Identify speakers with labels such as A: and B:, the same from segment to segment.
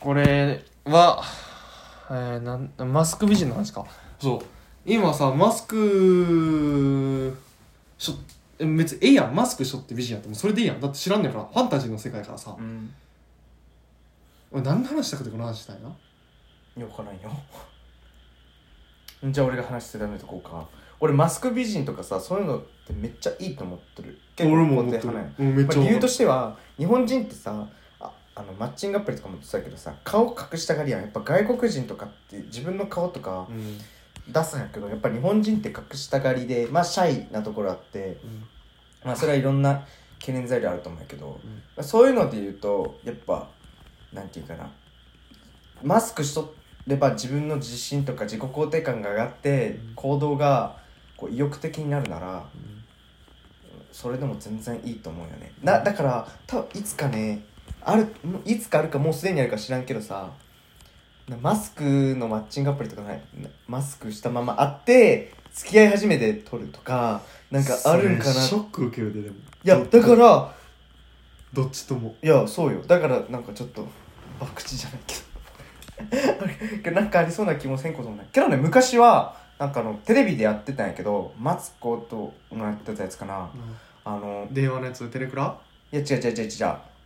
A: これは、えー、なんマスク美人の話かそう今さマスクしょえ別にええやんマスクしょって美人やってもうそれでいいやんだって知らんねんからファンタジーの世界からさ
B: うん
A: 俺何の話したくてこの話したいな
B: よくないよじゃあ俺が話してダメなとこか俺マスク美人とかさそういうのってめっちゃいいと思ってる
A: 俺も思っ
B: 結
A: て
B: 構
A: る
B: 肯定派なんよ
A: うんめっ
B: ま
A: ち
B: あ
A: ゃ
B: 理由
A: 思
B: と
A: う
B: しては日本人ってさああのマッチングアプリとかもそうやけどさ顔隠したがりやんやっぱ外国人とかって自分の顔とか
A: うん
B: 出すんやけどやっぱ日本人って隠したがりでまあシャイなところあってまあそれはいろんな懸念材料あると思うんやけど、まあそういうので言うとやっぱなんていうかなマスクしとれば自分の自信とか自己肯定感が上がって
A: うん
B: 行動がこう意欲的になるならそれでも全然いいと思うよねなだから多分いつかねあるもういつかあるかもうすでにあるか知らんけどさなマスクのマッチングアプリとかないなマスクしたまま会って付き合い始めて撮るとかなんかあるんかな
A: ショ
B: い
A: ック受けるででも
B: やだから
A: どっちとも
B: いやそうよだからなんかちょっと博打じゃないけど なんかありそうな気もせんこともないけどね昔はなんかあのテレビでやってたんやけどマツコとやってたやつかなあの
A: 電話のやつテレクラ
B: いや違う違う違う違う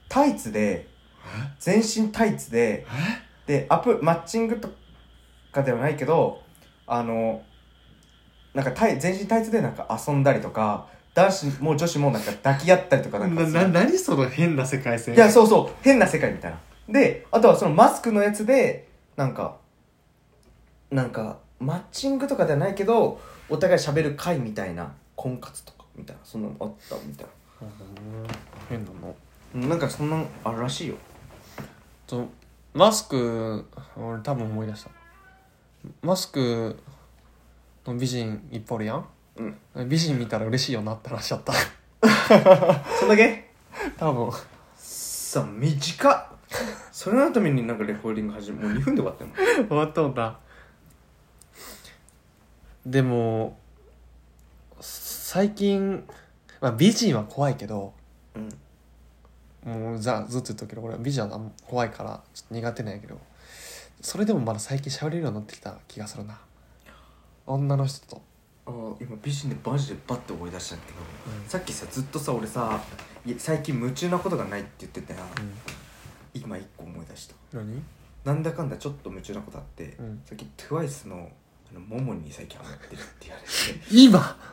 B: タイツで全身タイツででアプマッチングとかではないけどあのなんかタイ全身タイツでなんか遊んだりとか男子も女子もなんか抱き合ったりとか
A: な
B: なんかする
A: な何その変な世界線
B: いやそうそう変な世界みたいなであとはそのマスクのやつでなんかなんかマッチングとかではないけどお互い喋る会みたいな婚活とかみたいなそんなのあったみたいな
A: うん変なの
B: うんなんかそんなのあるらしいよ
A: とマスク俺多分思い出したマスクの美人いっぱいおるやん、美人見たら嬉しいよなって話しちゃ った
B: そんだけ
A: 多分
B: さ短っそれのためになんかレコーディング始めもう2分で終わったもん
A: 終わったもんだでも最近、まあ、美人は怖いけど
B: うん
A: もうザずっと言っとくけど俺は美人はあんま怖いからちょっと苦手なんやけどそれでもまだ最近喋れるようになってきた気がするな女の人と
B: あ今美人でマジでバッて思い出したんだけど、
A: うん
B: さっきさずっとさ俺さいや最近夢中なことがないって言ってたやん、
A: うん
B: 今1個思い出した
A: 何
B: なんだかんだちょっと夢中なことあって、
A: うん
B: さっき TWICE のあのモモに最近ハマってるって言われて
A: 今
B: あ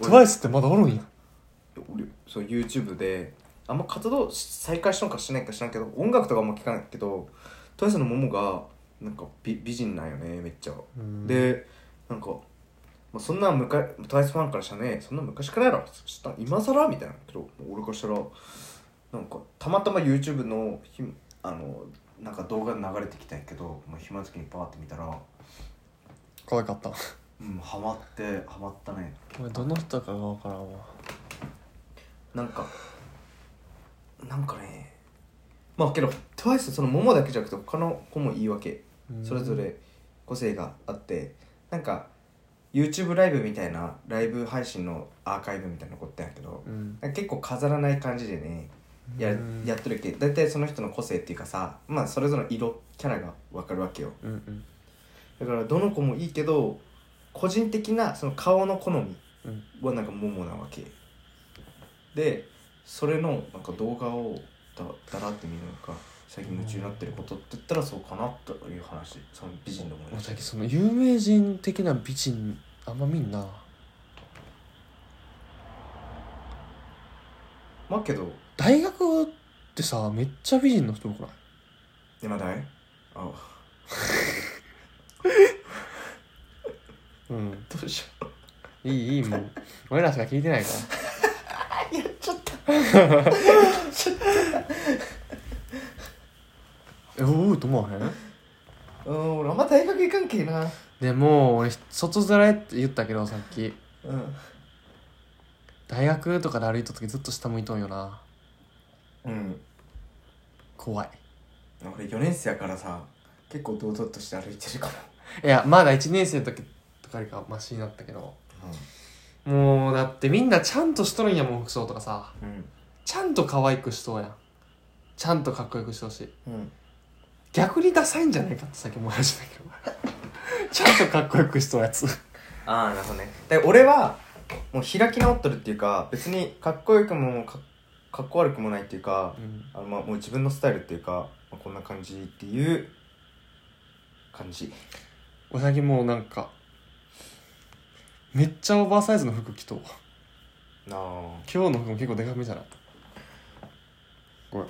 B: の、うん、
A: TWICE ってまだおるんや
B: 俺そう YouTube であんま活動し再開したのかしないか知らんけど音楽とかあんま聞かないけど TWICE のモモがなんか美美人なんよねめっちゃ、でなんか、まあ、そんなむか TWICE ファンからしたらねそんな昔からやろ知った今更みたいなけど俺からしたらなんかたまたま YouTube のひあのなんか動画流れてきたんやけど、まあ、暇な時にパーって見たら
A: 可愛かった
B: うんハマってハマったね
A: 俺どの人かが分からんわ
B: なんかなんかねまあけど TWICE そのモモだけじゃなくて他の子もいいわけそれぞれ個性があってなんか YouTube ライブみたいなライブ配信のアーカイブみたいなの残ってんやけど
A: うん
B: なんか結構飾らない感じでねや
A: うん
B: やってるけ大体その人の個性っていうかさまあそれぞれの色キャラが分かるわけよ
A: うんうん
B: だからどの子もいいけど個人的なその顔の好み
A: うん
B: はなんかモモなわけでそれのなんか動画をだだらって見るのか最近夢中になってることって言ったらそうかなという話その美人のも
A: 俺最近
B: す
A: その有名人的な美人あんま見んな
B: まあけど
A: 大学ってさめっちゃ美人の人多くない
B: 今だいあ
A: うん
B: どうしよう
A: いいいいも う俺らしか聞いてないから
B: やっちゃった
A: えおうと思わへん
B: うん俺あんま大学行かんけえな
A: でも俺外ざらえって言ったけどさっき
B: うん
A: 大学とかで歩いた時ずっと下向いとんよな
B: うん
A: 怖い
B: 俺4年生やからさ結構堂々として歩いてるか
A: いやまだ1年生の時とかよりかはマシになったけど
B: も
A: もうだってみんなちゃんとしとるんやもん服装とかさ
B: うん、うん、
A: ちゃんと可愛くしとうやんちゃんとかっこよくしてほしい
B: うん
A: 逆にダサいんじゃないかってさっき思い始めたけど ちゃんとかっこよくしそうやつ
B: ああなるほどねで俺はもう開き直っとるっていうか別にかっこよくもかかっこ悪くもないっていうか
A: うん
B: あのまあもう自分のスタイルっていうか、まあ、こんな感じっていう感じ
A: 俺最近もうなんかめっちゃオーバーサイズの服着とう
B: なあ
A: 今日の服も結構でかめじゃなかったこれ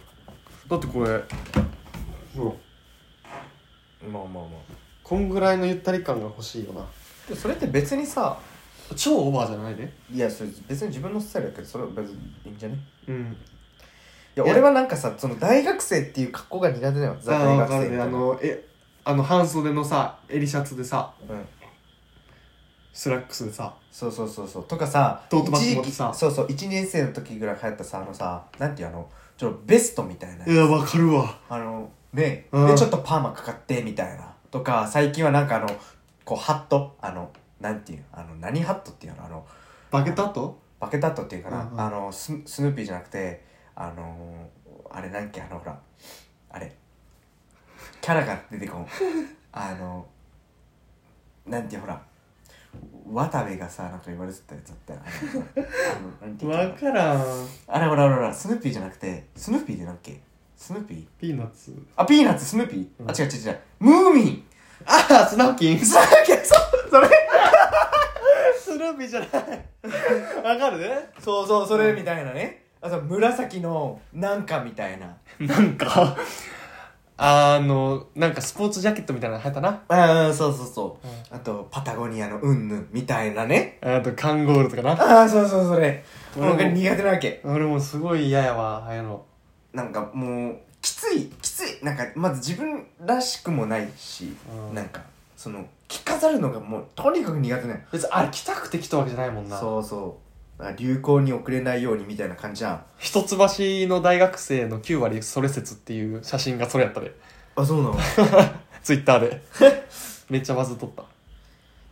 A: だってこれ
B: まあまあま
A: こんぐらいのゆったり感が欲しいよな
B: あでそれって別にさ
A: 超オーバーじゃないで
B: いやそれ別に自分のスタイルやけどそれは別にいいんじゃね
A: うん
B: いや
A: いや
B: 俺はなんかさその大学生っていう格好が苦手だよザ大
A: あ
B: 学生みたいな
A: あのえあの半袖のさ襟シャツでさ
B: うん
A: スラックスでさ
B: そうそうそうそうとかさ
A: トートバッグ
B: 一時
A: 持って
B: 期
A: さ
B: そうそう1年生の時ぐらい流行ったさあのさなんていうあのちょっとベストみたいなやつ
A: いやわかるわ
B: あのね、
A: うん
B: でちょっとパーマかかってみたいなとか最近はなんかあのこうハットあのなんていうあの何ハットっていうのあの
A: バケットット
B: バケタットっていうかな、
A: うんうん
B: あのススヌーピーじゃなくてあのー、あれなんっけあのほらあれキャラが出て こんあのなんていうほら渡部がさなんか言われてたやつあったよあのあのなんていうかな
A: からん
B: あれほらほらほらスヌーピーじゃなくてスヌーピーでなんっけスヌーピー
A: ピーナッツ
B: あピーナッツスヌーピー、
A: うん
B: あ違う違う違うムーミン
A: ああスナフキン
B: そうだっけそうそれ
A: スナフキンじゃないわかるね
B: そうそうそれみたいなねあと紫のなんかみたいな
A: なんかあのなんかスポーツジャケットみたいなの流行ったな
B: ああそうそうそう、
A: う
B: あとパタゴニアのうんぬんみたいなね
A: あとカンゴールとかな
B: ああそうそうそれ
A: 俺も
B: 僕苦手なわけ
A: 俺もすごい嫌やわああいうの
B: なんかもうきついきついなんかまず自分らしくもないし、
A: うん
B: なんかその着飾るのがもうとにかく苦手なの
A: 別にあれ着たくて着たわけじゃないもんな
B: そうそうだから流行に遅れないようにみたいな感じじゃん
A: 一橋の大学生の9割それ説っていう写真がそれやったで
B: あそうなのい
A: ツイッター でめっちゃバズっとった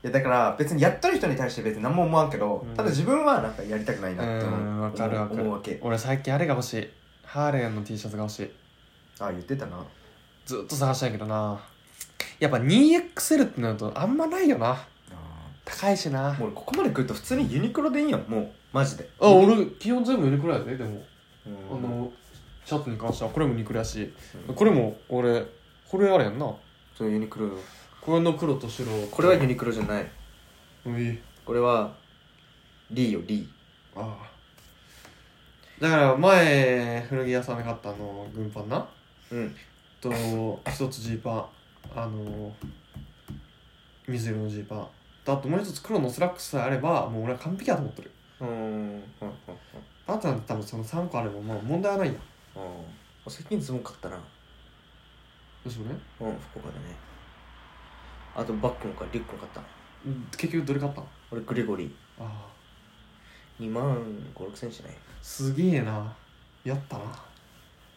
B: やだから別にやっとる人に対して別に何も思わんけど、
A: うん
B: ただ自分はなんかやりたくないなって思う
A: うんわかるわかる
B: 思うわけ
A: 俺最近あれが欲しいハーレーの T シャツが欲しい
B: ああ言ってたな
A: ずっと探したんやけどなやっぱ 2XL ってなるとあんまないよな
B: あ
A: 高いしな
B: もうここまで来ると普通にユニクロでいいやんもうマジで
A: あ俺基本全部ユニクロやででも、
B: うん
A: あのシャツに関してはこれもユニクロやし
B: うん
A: これも俺これあれやんな
B: そうユニクロよ
A: これの黒と白
B: これはユニクロじゃない
A: うんいい
B: これはリーよリ
A: ああだから前古着屋さんで買ったあの軍パンな
B: ーうん
A: と一つジーパンあの水色のジーパンとあともう一つ黒のスラックスさえあればもう俺は完璧だと思ってる
B: うんうん
A: あとなんて多分その3個あればまあ問題はないや
B: 最近ズボン買ったな
A: むしろね
B: うん福岡でねあとバッグも買リュックも買った
A: 結局どれ買ったの
B: 俺グレゴリー
A: あ
B: 2万5 6千円じゃない
A: あすげえなやったな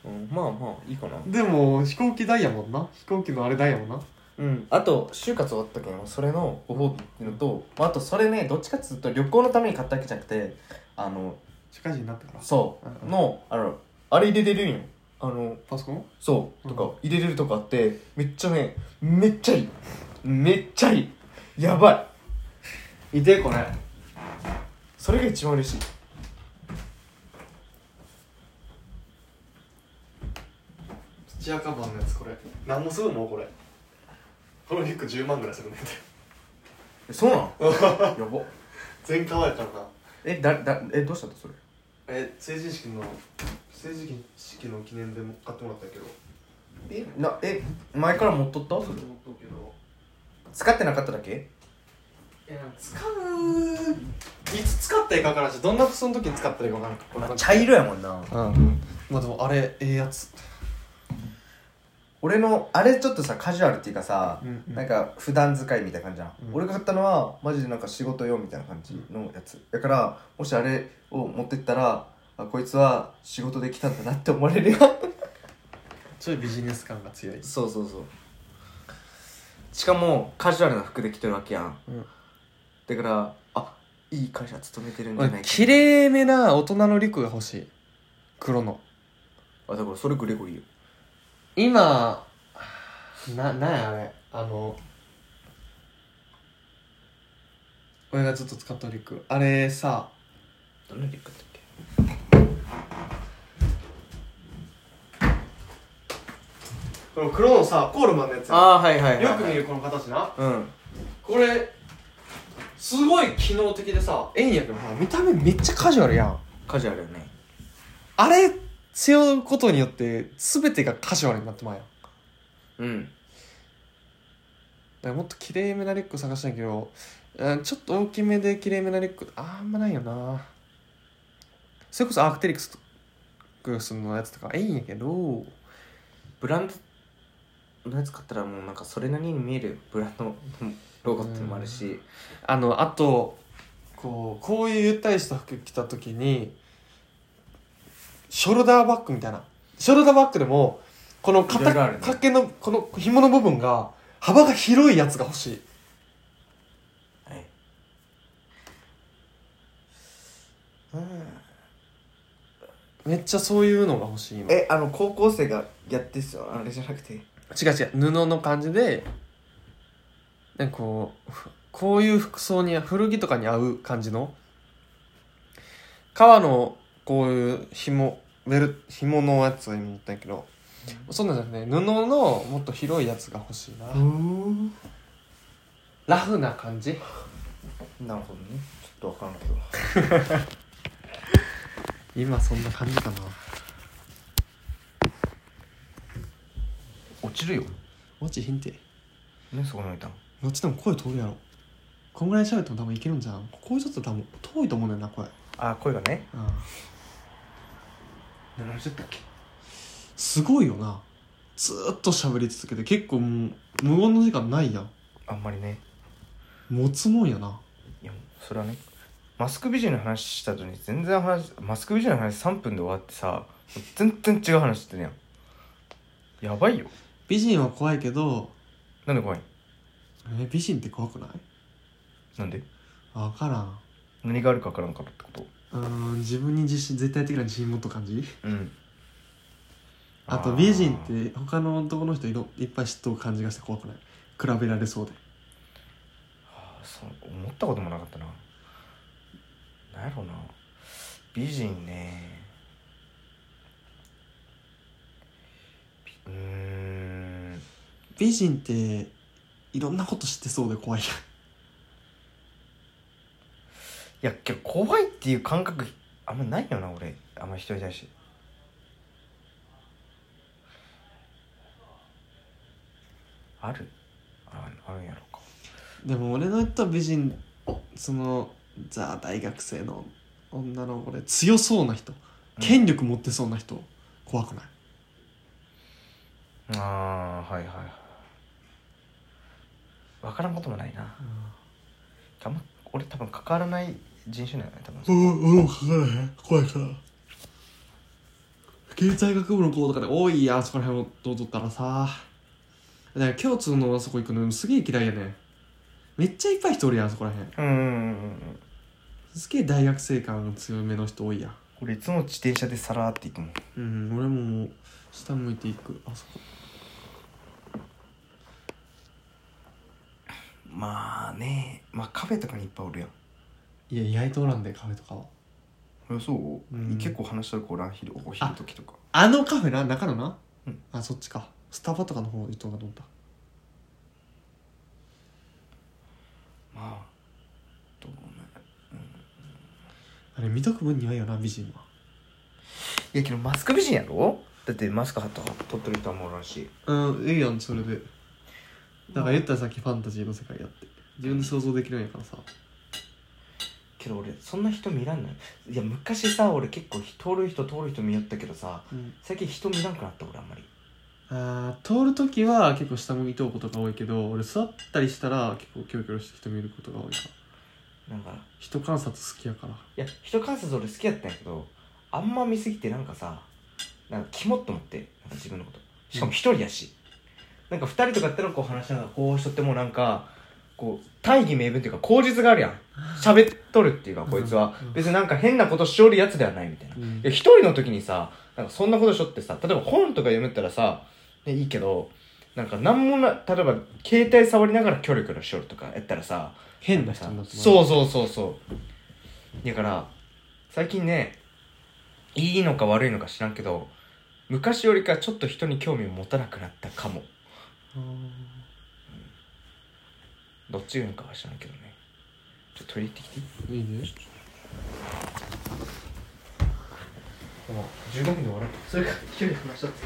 B: うんまあまあいいかな
A: でも飛行機代やもんな飛行機のあれ代やもんな
B: うんあと就活終わったけんそれのご褒美っていうのと、まあ、あとそれねどっちかっつうと旅行のために買ったわけじゃなくてあの
A: 社会人になってから
B: そう、
A: うんうん
B: のあのあれ入れれるんよあの
A: パソコン
B: そうとか入れれるとかあってめっちゃねめっちゃいいめっちゃいいやばい
A: 見てこれ
B: それが一番嬉しい
A: 土屋カバンのやつこれ何もするもんこれこのリュック10万ぐらいするねんて
B: えそうなの やば
A: 全革やからな
B: えだだえどうしたとそれ
A: え成人式の成人式の記念でも買ってもらったけど
B: えなえ前から持っとったそれ
A: 思ったけど
B: 使ってなかっただけ
A: いや使ういつ使ったらいいか分からんしどんなその時に使ったらいいか分からんこんな感じ
B: 茶色やもんな
A: うんまあでもあれええやつ
B: 俺のあれちょっとさカジュアルっていうかさ、
A: うんうん
B: なんか普段使いみたいな感じじゃん、
A: うん
B: 俺が買ったのはマジでなんか仕事用みたいな感じのやつだからもしあれを持ってったらあこいつは仕事で来たんだなって思われるよ
A: ちょいビジネス感が強い
B: そうそうそうしかもカジュアルな服で着てるわけやん、
A: うん
B: だからあいい会社勤めてるんじゃ
A: 俺
B: ないか
A: 綺麗めな大人のリュックが欲しい黒の
B: あだからそれグレゴリーよ
A: 今ななんやあれあの俺がずっと使ったリュックあれさ
B: どんなリュックだったっけ
A: この黒のさコールマンのやつ
B: ああはいはいはい、
A: よく見るこの形な
B: うん
A: これすごい機能的でさ円やけどさ見た目めっちゃカジュアルやん
B: カジュアルよね
A: あれ背負うことによって全てがカジュアルになってまうやんだ
B: うん
A: からもっと綺麗めなリュック探したんやけどうんちょっと大きめで綺麗めなリュックあんまないよなそれこそアークテリクスのやつとかええんやけど
B: ブランドのやつ買ったらもうなんかそれなりに見えるブランドのロゴっていうのもあるし
A: あのあとこうこういうゆったりした服着た時にショルダーバッグみたいなショルダーバッグでもこの
B: いろいろある
A: 肩掛
B: ね
A: けのこの紐の部分が幅が広いやつが欲しい
B: はい
A: めっちゃそういうのが欲しい今違
B: えあの高校生がやってっすよあれじゃなくて
A: う違う布の感じでなんかこうふこういう服装に古着とかに合う感じの革のこういう紐ベル紐のやつを今言ったんやけどそんなんじゃなくて布のもっと広いやつが欲しいな、
B: ん
A: ラフな感じ
B: なるほどねちょっと分からんけど
A: 今そんな感じかな
B: 落ちるよ
A: マジひんて
B: ねそこに置いたの
A: どっちでも声通るやろこんぐらい喋っても多分いけるんじゃんここちょっと多分遠いと思うねんな声
B: あ声がね
A: うん
B: 70だっけ
A: すごいよなずーっと喋り続けて結構もう無言の時間ないやん
B: あんまりね
A: 持つもんやない
B: やそれはねマスク美人の話した後に全然話マスク美人の話3分で終わってさ全然違う話してるやんやばいよ
A: 美人は怖いけど
B: なんで怖いん
A: え美人って怖くない
B: なんで
A: 分からん
B: 何があるか分からんからってこと
A: うーん自分に自信絶対的な自信持っと感じ
B: うん
A: あと美人って他の男の人いろいっぱい知っとう感じがして怖くない比べられそうで
B: あーそう思ったこともなかったななんやろうな美人ねびうーん
A: 美人っていろんなこと知ってそうで怖い
B: いやけど怖いっていう感覚あんまないよな俺あんま人に対してあるああるんやろか
A: やんでも俺の言った美人そのザ大学生の女の子で強そうな人権力持ってそうな人怖くない
B: うんああはいはいはい分からんこともないなあんま俺多分関わらない人種なんよね多分
A: うん、うん、かからへん怖いから経済学部の子とかで多いやんそこら辺をどうぞったらさだから共通のあそこ行くのすげえ嫌いやねんめっちゃいっぱい人おるやんそこら辺
B: うんうんうんうん
A: すげえ大学生感が強めの人多いやん
B: 俺いつも自転車でさらーって行くもん
A: うん俺ももう下向いていくあそこ
B: まあねまあカフェとかにいっぱいおるやん
A: いや意外とおらんでカフェとかは
B: えそう、
A: うん
B: 結構話したらこうラン昼お昼時とか
A: あのカフェな中野な、
B: うん
A: あそっちかスタバとかの方言っとんかと思った
B: まあどうなんや
A: あれ見とく分にはいいよな美人はい
B: やけどマスク美人やろだってマスクはっと取ってる人はもうおらんし
A: うんいいやんそれでだから言ったらさっきファンタジーの世界やって自分で想像できるんやからさ
B: けど俺そんな人見らんないいや昔さ俺結構通る人通る人見よったけどさ
A: うん
B: 最近人見らんくなった俺あんまり
A: あー通るときは結構下向いとうことが多いけど俺座ったりしたら結構キョロキョロして人見ることが多いから
B: なんか
A: 人観察好きやから
B: いや人観察俺好きやったんやけどあんま見すぎてなんかさなんかキモっと思ってなんか自分のことしかも一人やし、なんか二人とかやったらこう話しながらこうしとってもなんかこう大義名分っていうか口実があるやん喋っとるっていうかこいつは別になんか変なことしおるやつではないみたいな、
A: うん
B: いや一人の時にさなんかそんなことしょってさ例えば本とか読めたらさ、ね、いいけどなんか何もな例えば携帯触りながらキョロキョロしよるとかやったらさ
A: 変な人になってう
B: そうそうそうそうだから最近ねいいのか悪いのか知らんけど昔よりかちょっと人に興味を持たなくなったかもどっちがいいのかは知らんけどねちょっと取り入ってきていい
A: いいね
B: 15分で終わるそれか一人で話しちゃって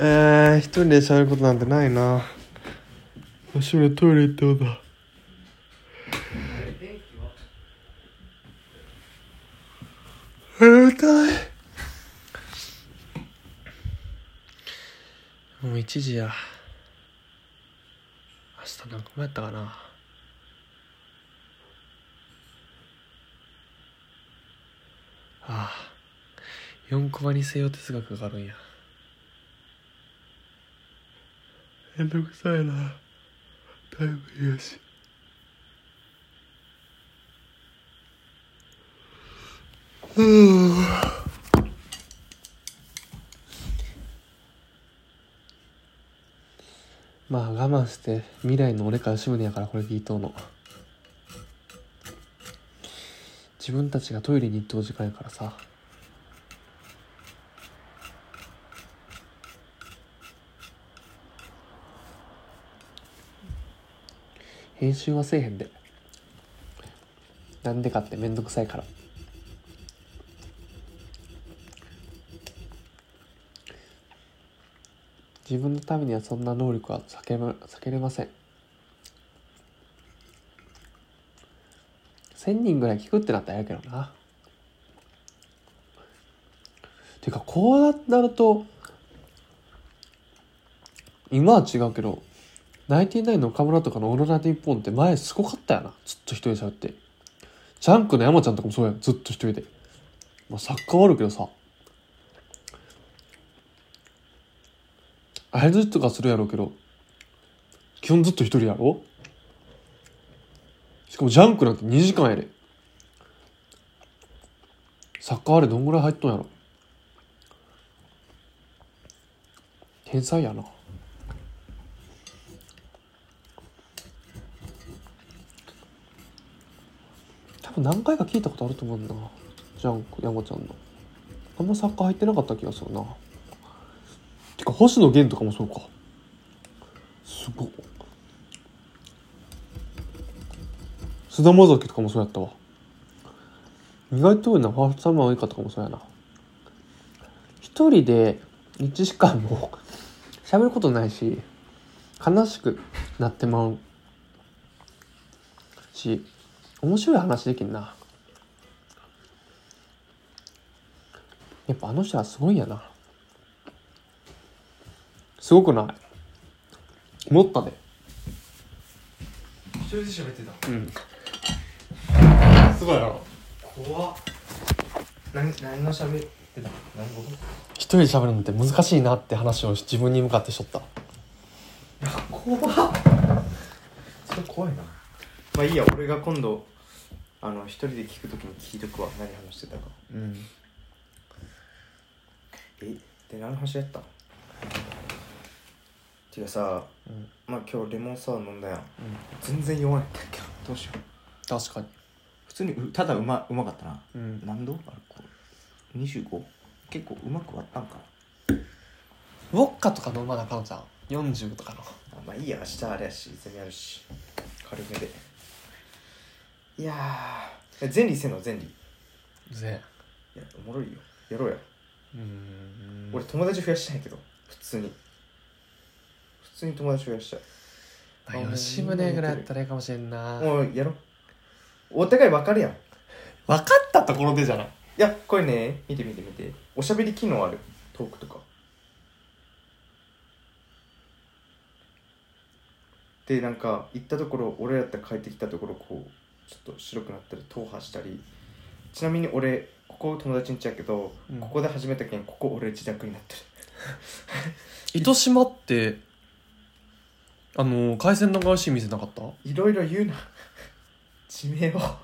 A: えー、一人で喋ることなんてないな私はトイレ行ってもだえー、痛いもう1時や明日なんかもやったかなああ4コマに西洋哲学があるんやめんどくさいなタイムやしまあ我慢して未来の俺からシムネやからこれ聞いとうの自分たちがトイレに行ってお時間やからさ編集はせえへんでなんでかってめんどくさいから自分のためにはそんな能力は避けま避けれません1000人ぐらい聞くってなったらやるけどなてかこうなると今は違うけどナインティナインの岡村とかのオールナイトニッポンって前すごかったよな。ずっと一人で喋って。ジャンクの山ちゃんとかもそうやん。ずっと一人で。まあ、作家はあるけどさ。あれずっとかするやろうけど、基本ずっと一人やろしかもジャンクなんて2時間やで。作家あれどんぐらい入っとんやろ天才やな。多分何回か聞いたことあると思うんだなジャンク山ちゃんのあんまサッカー入ってなかった気がするなてか星野源とかもそうかすごっ菅田将暉とかもそうやったわ意外と多いなファーストサマーウイカとかもそうやな一人で1時間も 喋ることないし悲しくなってまうし面白い話できんなやっぱあの人はすごいんやなすごくない持ったで
B: 一人で喋ってた
A: うんすごいやろ
B: 怖っ何何の喋ってた何語
A: 一人で喋るのって難しいなって話を自分に向かってしとった
B: 怖っそれ怖いなまあいいや俺が今度あの一人で聞くときに聞いとくわ何話してたか
A: うん
B: えで何の話やったていうかさ、
A: うん
B: まあ今日レモンサワー飲んだやん全然弱いどうしよう
A: 確かに
B: 普通にうただうまうまかったな
A: うん
B: 何度あれこう 25? 結構うまく割ったんかな
A: ウォッカとか飲まなあかんじゃん40とかの
B: あまあいいや明日あれやしゼミあるし軽めでいやーえゼンリーせんのゼンリーい
A: ぜ
B: やおもろいよやろうや、
A: うん
B: 俺友達増やしたいけど普通に普通に友達増やしたい
A: あ吉宗ぐらいやったらいいかもしれんな分
B: もうやろうお互い分かるやんい
A: かったところでじゃない
B: やこれね見て見て見ておしゃべり機能あるトークとかでなんか行ったところ俺らって帰ってきたところこうちょっと白くなったり踏破したりちなみに俺ここ友達んちやけど、
A: うん
B: ここで始めたけんここ俺自宅になってる
A: 糸島ってあの海鮮流しい店なかった
B: いろいろ言うな 地名を
A: あ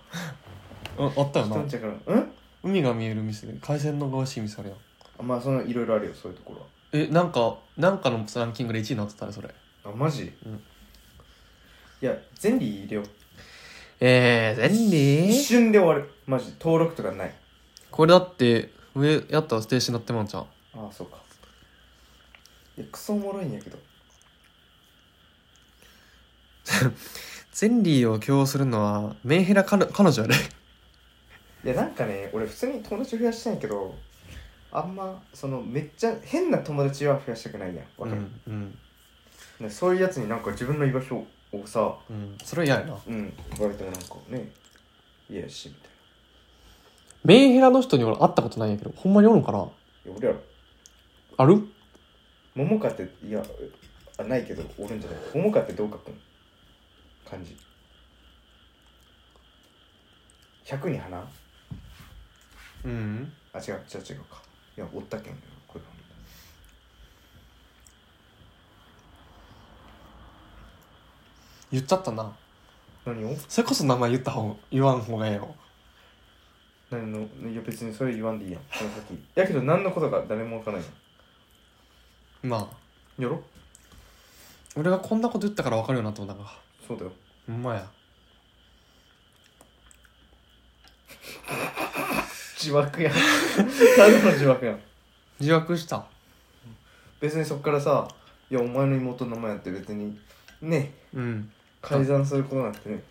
A: あったよ
B: 人
A: なん
B: ちゃからうん
A: 海が見える店で海鮮流しい店あるやん
B: あまあそのいろいろあるよそういうところ
A: えなんかなんかのランキングで1位になってたねそれ
B: はあマジ、
A: うん
B: いや全理入れよう
A: ええー、便
B: 一
A: 利
B: 瞬で終わるマジ登録とかない
A: これだって上やったら停止になってまんちゃん
B: ああそうかいやクソおもろいんやけど
A: ゼンリーを強要するのはメンヘラ彼彼女やね
B: いやなんかね俺普通に友達増やしたいんやけどあんまそのめっちゃ変な友達は増やしたくないやんわかる、
A: うんうん
B: ねそういうやつになんか自分の居場所をさ
A: うんそれは嫌やな
B: うん言われてもなんかね嫌やしみたい
A: メンヘラの人に俺会ったことないんやけどほんまにおるんかない
B: や俺ら
A: ある
B: 桃花っていやあないけどおるんじゃない桃花ってどう書くの漢字100に花
A: うん
B: あ違う違う違うかいやおったけんこれ
A: 言っちゃったな
B: 何を
A: それこそ名前言った方言わん方がええよ
B: 何のいや別にそれ言わんでいいやんこの先やけど何のことか誰もわからない
A: まあ
B: やろ
A: 俺がこんなこと言ったから分かるようになったもんだから
B: そうだよ
A: ほんまや
B: 自爆やん ただの自爆やん
A: 自爆した
B: 別にそっからさ「いやお前の妹の名前なんて別にね
A: うん
B: 改ざんすることなんてね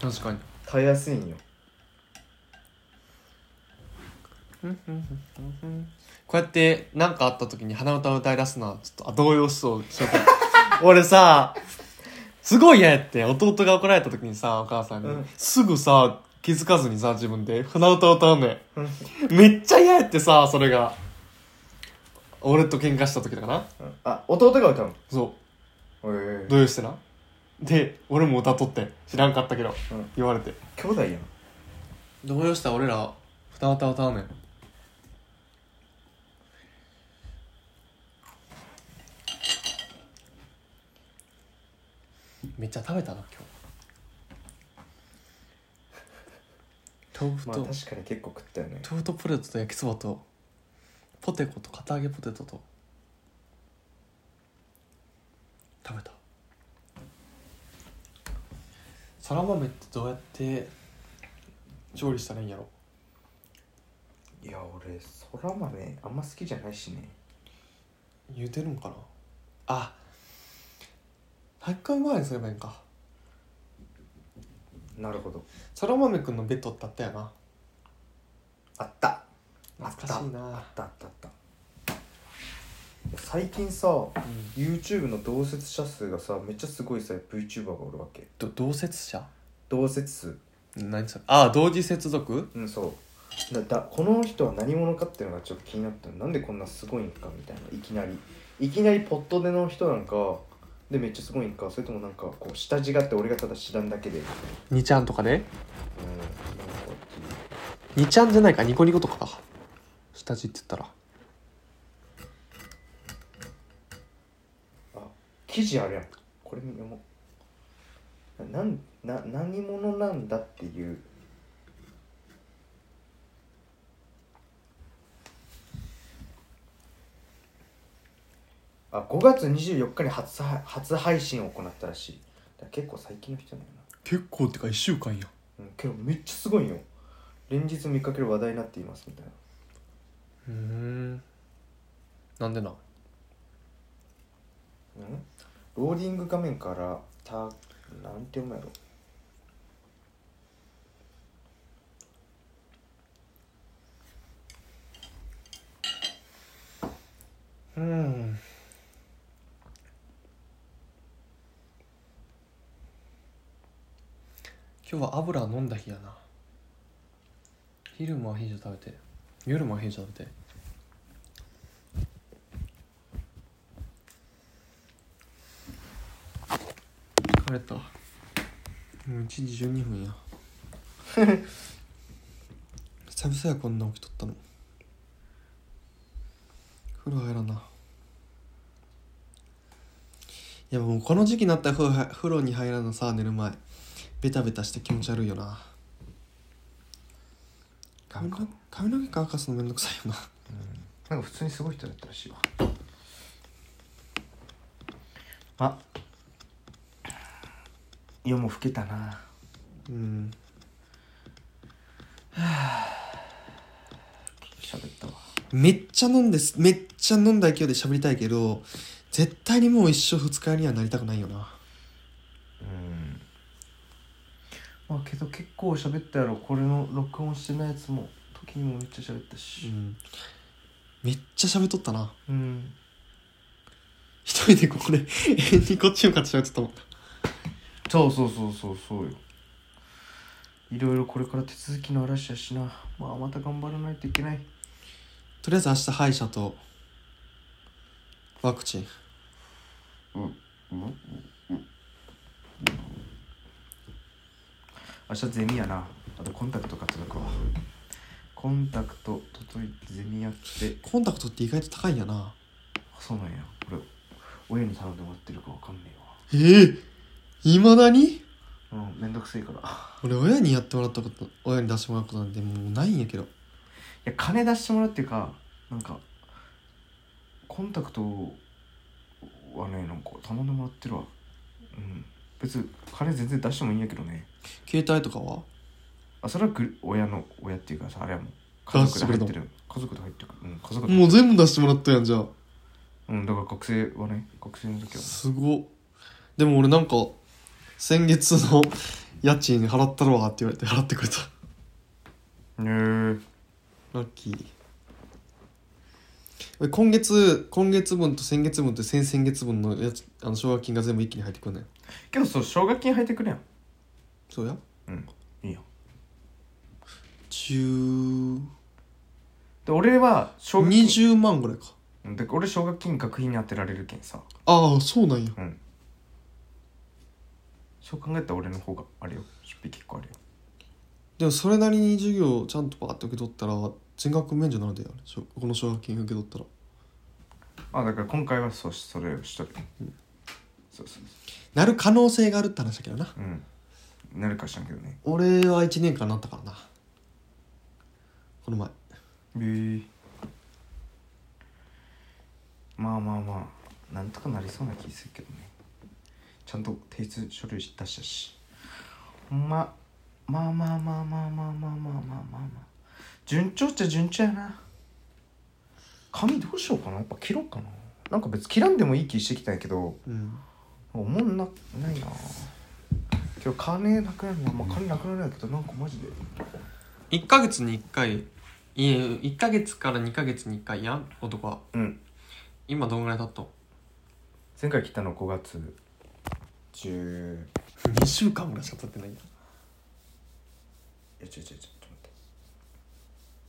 A: 確かに
B: たやすいんよ
A: こうやって何かあった時に鼻歌を歌い出すのはちょっとあ動揺しそうしようか 俺さすごい嫌やって弟が怒られた時にさお母さんに、
B: うん
A: すぐさ気づかずにさ自分で鼻歌を歌うね
B: うん
A: んめっちゃ嫌やってさそれが俺と喧嘩した時だかな
B: うんあ弟が歌うの
A: そ
B: へ
A: う
B: え
A: 動揺してなで俺も歌っとってん知らんかったけど、
B: うん
A: 言われて
B: 兄弟やん
A: 動揺した俺ら鼻歌を歌うねんめっちゃ食べたな今 日豆腐
B: まあ
A: と、
B: 確かに結構食ったよね
A: 豆腐とポテトと焼きそばとポテコと堅揚げポテトと食べたそら豆ってどうやって調理したらいいんやろ
B: いや俺そら豆あんま好きじゃないしね
A: 茹でるんかなあ100回前にすればいいんか
B: なるほど
A: そら豆くんのベッドってあったよな
B: あったあった
A: 懐かしいな
B: あったあったあった最近さ YouTube の同説者数がさめっちゃすごいさ VTuber がおるわけ
A: ど同説者
B: 同説数
A: 何それああ同時接続
B: うんそうだだこの人は何者かっていうのがちょっと気になったのなんでこんなすごいんかみたいないきなりいきなりポットでの人なんかでめっちゃすごいんかそれともなんかこう下地があって俺がただ知らんだけでうんなんか
A: 2ちゃんとかね
B: こっ
A: 2ちゃんじゃないかニコニコとかか下地って言ったら
B: ち記事あるやんこれ読もうななんな何者なんだっていうあ5月24日に初配初配信を行ったらしいだから結構最近の人なんや
A: 結構ってか1週間や
B: な、うん、けどめっちゃすごいよ連日見かける話題になっていますみたいな
A: うんなんでな
B: うんローディング画面からたなんて読むやろ
A: うん今日は油飲んだ日やな昼もアヒージョ食べて夜もアヒージョ食べて疲れたもう1時12分や久々やこんな起きとったの風呂入らないやもうこの時期になったら風呂は風呂に入らんのさ寝る前ベタベタして気持ち悪いよな
B: な
A: 髪
B: んか
A: の髪の毛乾かすのめんどくさいよな
B: なんか普通にすごい人だったらしいわあ夜も更けたな
A: うん
B: 喋ったわ
A: めっちゃ飲んですめっちゃ飲んだ勢いで喋りたいけど絶対にもう一生二日酔いにはなりたくないよな
B: うんまあけど結構喋ったやろこれの録音してないやつも時にもめっちゃ喋った
A: う
B: し
A: んめっちゃ喋っとったな
B: うん
A: 一人でここで 永遠にこっち向かって喋っとったもん
B: そうそうそうそうそうよいろいろこれから手続きの嵐やしなまあまた頑張らないといけない
A: とりあえず明日歯医者とワクチン
B: 明日ゼミやなあとコンタクトが届くわコンタクト届いてゼミやって
A: コンタクトって意外と高いんやな
B: あそうなんや俺親に頼んでもらってるかわかんね
A: ええいまだに
B: えわうんめんどくせえからい
A: 俺親にやってもらったこと親に出してもらうことなんてもうないんやけど
B: や金出してもらうっていうかなんかコンタクトはねなんか頼んでもらってるわうん別に金全然出してもいいんやけどね
A: 携帯とかは
B: あそれはぐ親の親っていうかさあれはもう家
A: 出
B: 族
A: してくれ
B: で入
A: たの
B: ってる家族で入ってくるうん家族で
A: もう全部出してもらったやんじゃあ
B: うんだから学生はね学生の時は
A: すごっでも俺なんか先月の 家賃払ったろわって言われて払ってくれた
B: ねえ
A: ラッキー俺今月今月分と先月分と先々月分のやつあの奨学金が全部一気に入ってくるねん
B: けどそう奨学金入ってくるやん
A: そうや
B: いいよ
A: 10
B: で俺は奨学金
A: 20万ぐらいか
B: うんで俺奨学金学費に当てられるけんさ
A: ああそうなんや
B: うんそう考えたら俺の方があれよ出費結構あるよ
A: でもそれなりに授業をちゃんとバーって受け取ったら全額免除なんだよねしょこの奨学金受け取ったら
B: あだから今回はそうしそれをしとる、そうそう
A: なる可能性があるって話だけどな
B: そううんなるかしらんけどね
A: 俺は1年間なったからなこの前
B: えー、まあまあまあなんとかなりそうな気するけどねちゃんと提出書類出したしままあまあまあまあまあまあまあまあまあまあ順調っちゃ順調やな髪どうしようかなやっぱ切ろうかななんか別に切らんでもいい気してきたんやけど
A: うん
B: おもんなないなけど金なくなるのまあ金なくなるんやけどなんかマジで
A: 1ヶ月に1回いえ1ヶ月から2ヶ月に1回やん男は
B: うん
A: 今どんぐらい経った
B: 前回切ったの5月10
A: 2週間ぐらいしか経ってないや
B: いや、ちょいちょいちょい、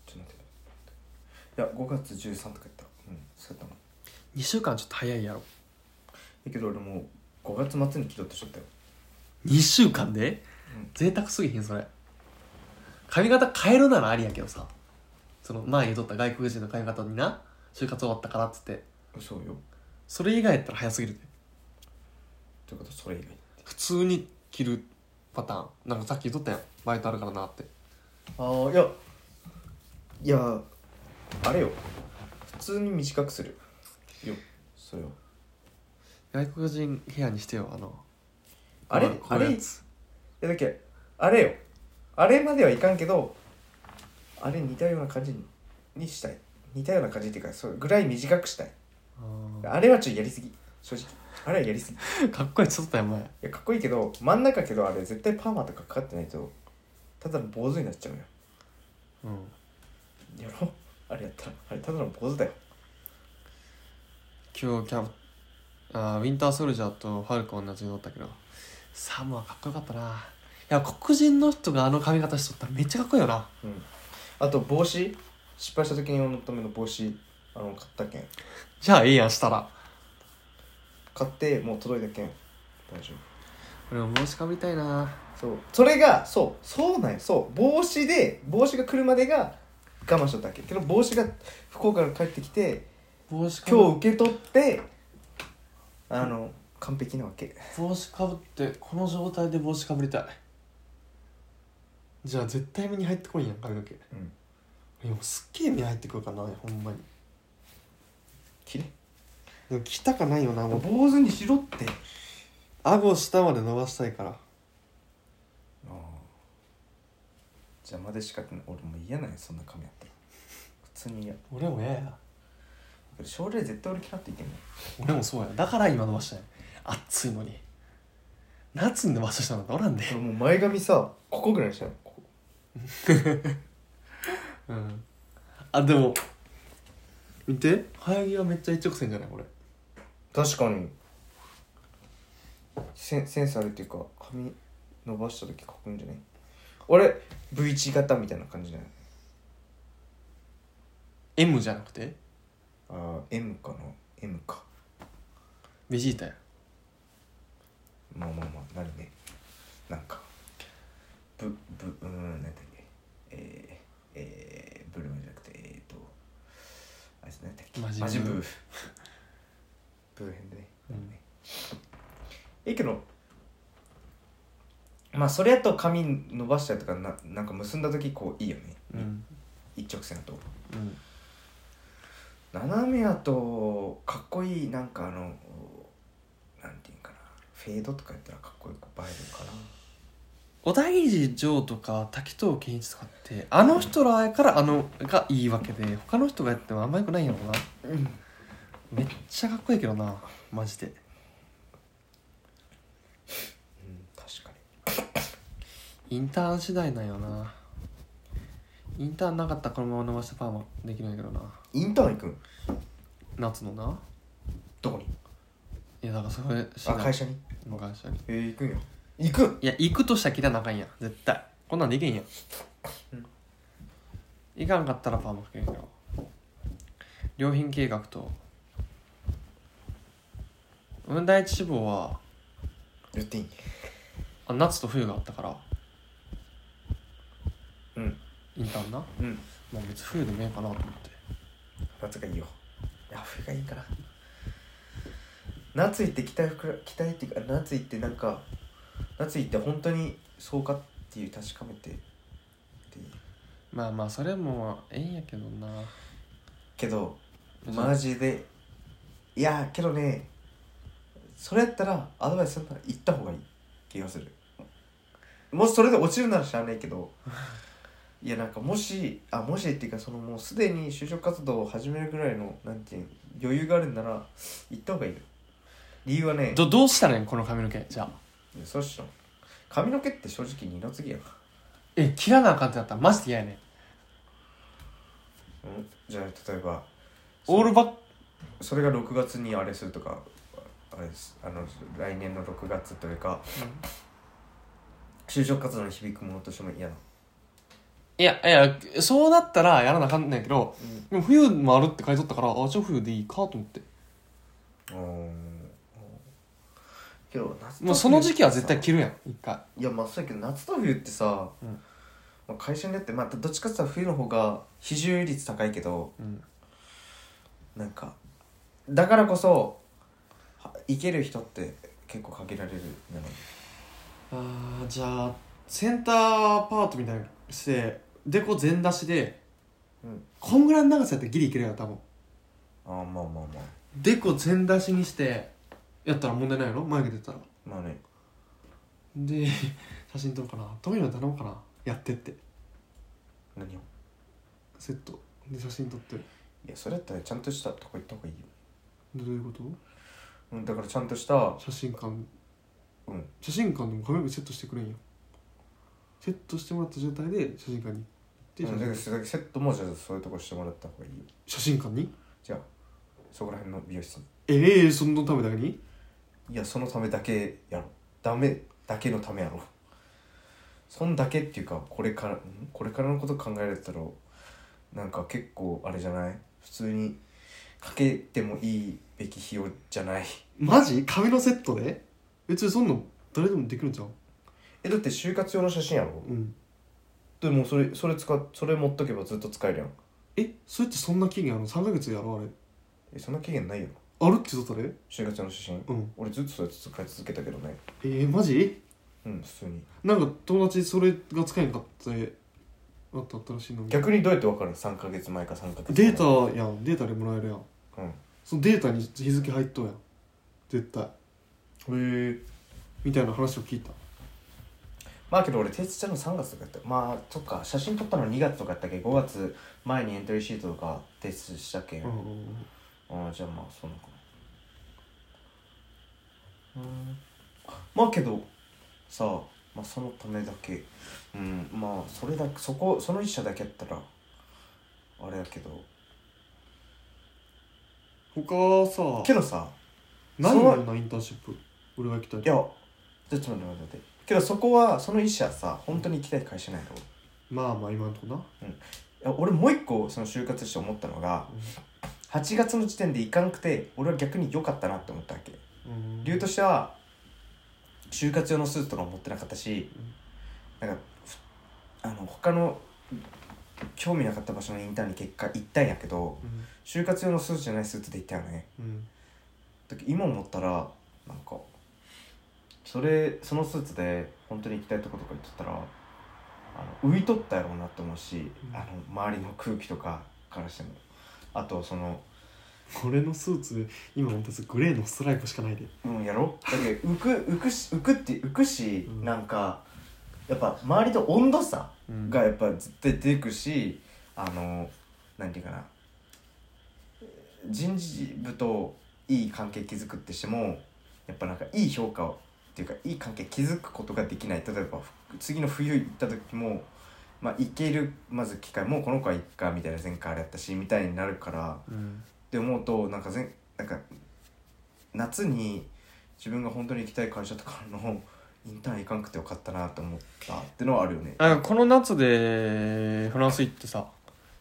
B: ちょっと待って。ちょっと待って。いや、5月13とかやった。うん、そうやったの。
A: 2週間ちょっと早いやろ
B: だけど俺もう5月末に切ろうとしとったよ。
A: 2週間で、
B: うん
A: 贅沢すぎへんそれ髪型変えるならありやけどさその前言うとった外国人の髪型にな就活終わったからっつって
B: そうよ。
A: それ以外やったら早すぎるで
B: ということはそれ以外。
A: 普通に着るパターンなんかさっき言っとったやんバイトあるからなって
B: ああ、いや。いや、あれよ。普通に短くする。よ。それを。
A: 外国人ヘアにしてよあの
B: あれ
A: こういうやつ
B: いや、だっけ、あれよ。あれまではいかんけど、あれ似たような感じににしたい。似たような感じっていうか、それぐらい短くしたい。
A: あ
B: あれはちょっとやりすぎ。正直。あれはやりすぎ。
A: ー かっこいいっつっとったやん前
B: いやかっこいいけど真ん中やけどあれ絶対パーマとかかかってないとただの坊主になっちゃうよ
A: うん
B: やろあれやったらあれただの坊主だよ
A: 今日キャブあーウィンターソルジャーとファルコンのやつに乗ったけどサムはかっこよかったないや黒人の人があの髪型しとったらめっちゃかっこいいよな
B: うんあと帽子失敗した時に用のための帽子あの買ったけん
A: じゃあいいやんしたら
B: 買ってもう届いたけん大丈
A: 俺も帽子かぶりたいな
B: 夫そうそれがそうそうなんやそう帽子で帽子が来るまでが我慢しとったわけけど帽子が福岡から帰ってきて
A: 帽子かぶ
B: 今日受け取ってあの完璧なわけ
A: 帽子かぶってこの状態で帽子かぶりたいじゃあ絶対目に入ってこいやん髪の毛
B: うん
A: 今すっげえ目入ってくるからなほんまに
B: きれい
A: でも着たかないよなもう
B: 坊主にしろって
A: 顎下まで伸ばしたいから
B: ああ邪魔でしかって俺もう嫌なんよそんな髪やったら普通に嫌
A: 俺もええや
B: 将来絶対俺嫌っていけんの
A: 俺もそうやだから今伸ばしたい暑いのに夏に伸ばした人なんかおらんで
B: 俺もう前髪さここぐらいにしたよここ
A: うんあでも見て早着はめっちゃ一直線じゃないこれ
B: 確かにセセンスあるっていうか髪伸ばした時かっこいいんじゃない俺 V 字型みたいな感じじゃない
A: M じゃなくて
B: ああ M かな M か
A: ベジータや
B: まあまあまあなるねなんかブブうーんなんだっけえー、えー、ブルームじゃなくてえー、とあいつなんだっけ
A: マジブー
B: ブーブー編でね、
A: うん
B: いいけどまあそれやと髪伸ばしたりとかななんか結んだ時こういいよね、
A: うん
B: 一直線と
A: うん
B: 斜めやとかっこいいなんかあのなんていうんかなフェードとかやったらかっこよく映えるかな
A: 小田切丈とか滝藤健一とかってあの人らやからあのがいいわけで他の人がやってもあんまよくないんやろうな
B: うん
A: めっちゃかっこいいけどなマジで
B: うん、確かに
A: インターン次第なんよなインターンなかったらこのまま伸ばしてパーマできないけどな
B: インターン行くん
A: 夏のな
B: どこに
A: いやだからそれし
B: あ
A: ない
B: 会社に
A: の会社に
B: えー、行くんよ行くん
A: いや行くとしたら切らなあかんやん絶対こんなんでいけんやん
B: うん
A: 行かんかったらパーマかけんよ良品計画とうん第一志望は
B: 言っていい
A: あ夏と冬があったから
B: うん
A: インターンな
B: うん
A: まあ別に冬でもええかなと思って
B: 夏がいいよいや冬がいいかな夏行って期待ふくら期待っていうか夏行ってなんか夏行って本当にそうかっていう確かめてっていう
A: まあまあそれもええんやけどな
B: けど
A: うん
B: マジでいやけどねそれやったらアドバイスするなら行った方がいい気がするもしそれで落ちるなら知らない けどいやなんかもしあもしっていうかそのもうすでに就職活動を始めるぐらいのなんていうの余裕があるんなら行った方がいいよ理由はね
A: どどうしたらええんこの髪の毛じゃあ
B: いやそうっしょ髪の毛って正直二の次やな
A: え切らなあかんってなったらマジで嫌やねん
B: うんじゃあ例えば
A: オールバック
B: それが6月にあれするとかあれですあの来年の6月というか就職活動に響くものとしても嫌な、
A: いやいやそうなったらやらなあかんねんけど
B: うん
A: でも冬もあるって書いとったからあじゃあ冬でいいかと思って、
B: けど夏と
A: まあ、その時期は
B: 冬っ
A: 絶
B: てさ
A: 対着るやん一回
B: いやまあそうやけど夏と冬ってさ、
A: うん
B: まあ、会社によってまあどっちかって言ったら冬の方が比重率高いけど
A: うん
B: なんかだからこそ行ける人って結構限られるなの
A: あーじゃあセンターパートみたいにしてでこ全出しで、
B: うん
A: こんぐらいの長さやったらギリいけるやん多分
B: ああまあまあまあ
A: でこ全出しにしてやったら問題ないやろ眉毛出たら
B: まあね
A: で 写真撮ろうかなトミーの頼もうかなやってって
B: 何をい
A: セットで写真撮って
B: やそれやったらちゃんとしたとこ行った方がいい
A: ど
B: よ、
A: ういうこと
B: うん、だからちゃんとした
A: 写真館
B: うん
A: 写真館でも髪の毛セットしてくれんよセットしてもらった状態で写真館に
B: う
A: 行って
B: んだか
A: 写
B: ら
A: 真
B: それだけセットもじゃあそういうとこしてもらった方がいいよ
A: 写真館に
B: じゃあそこら辺の美容室に
A: ええそのためだけに
B: いやそのためだけやろダメだけのためやろそんだけっていうかこれからんこれからのこと考えられたらなんか結構あれじゃない普通にかけてもいいべき費用じゃない
A: マジ髪のセットで別にそんなん誰でもできるんじゃん
B: えだって就活用の写真やろ
A: うん
B: でもそれそれ使っそれ持っとけばずっと使えるやん
A: えそれってそんな期限あるの3ヶ月やろあれ
B: えそんな期限ないよ
A: あるって言っとったで
B: 就活用の写真
A: うん
B: 俺ずっとそれ使い続けたけどね
A: えー、マジ
B: うん普通に
A: なんか友達それが使えんかったあったあったらしいのに
B: 逆にどうやって分かるの3か月前か3か月前
A: データやんデータでもらえるやん
B: タうんへ
A: そのデータに日付入っとうやん絶対
B: え
A: みたいな話を聞いた
B: まあけど俺提出したの3月とかやったまあそっか写真撮ったの2月とかやったっけ5月前にエントリーシートとか提出したっけ、
A: うんうんうん
B: ああじゃあまあそんなかなうんまあけどさあ、まあ、そのためだけうんまあそれだけそこその一社だけやったらあれやけど
A: 他はさ
B: けどさ
A: 何
B: その
A: なんなインターンシップ俺が行きたい
B: いやちょっと待って待って待ってけどそこはその一社さ本当に行きたい会社ないの
A: まあまあ今のとこな、
B: いや俺もう一個その就活して思ったのが8月の時点で行かなくて俺は逆に良かったなって思ったわけ
A: うん、
B: 理由としては就活用のスーツとかも持ってなかったし、なんかふあの他の興味なかった場所のインターンに結果行ったんやけど
A: うん
B: 就活用のスーツじゃないスーツで行ったよね
A: うん
B: だけど今思ったらなんかそれそのスーツで本当に行きたいとことか行っとったらあの浮いとったやろうなって思うし、
A: うん
B: あの周りの空気とかからしてもあとその
A: これのスーツ今本当にグレーのストライプしかないで
B: うんやろだけど浮く浮くし浮くって浮くし、
A: うん
B: なんかやっぱ周りと温度差
A: うん
B: がやっぱ絶対出てくしあのなんていうかな人事部といい関係築くってしてもやっぱなんかいい評価をっていうかいい関係築くことができない例えばふ次の冬行った時もまあ行けるまず機会もうこの子は行くかみたいな前回あれやったしみたいになるから
A: うん
B: って思うとなんかぜなんか夏に自分が本当に行きたい会社とかのインターン行かんくてよかったなって思ったってのはあるよね。
A: あこの夏でフランス行ってさ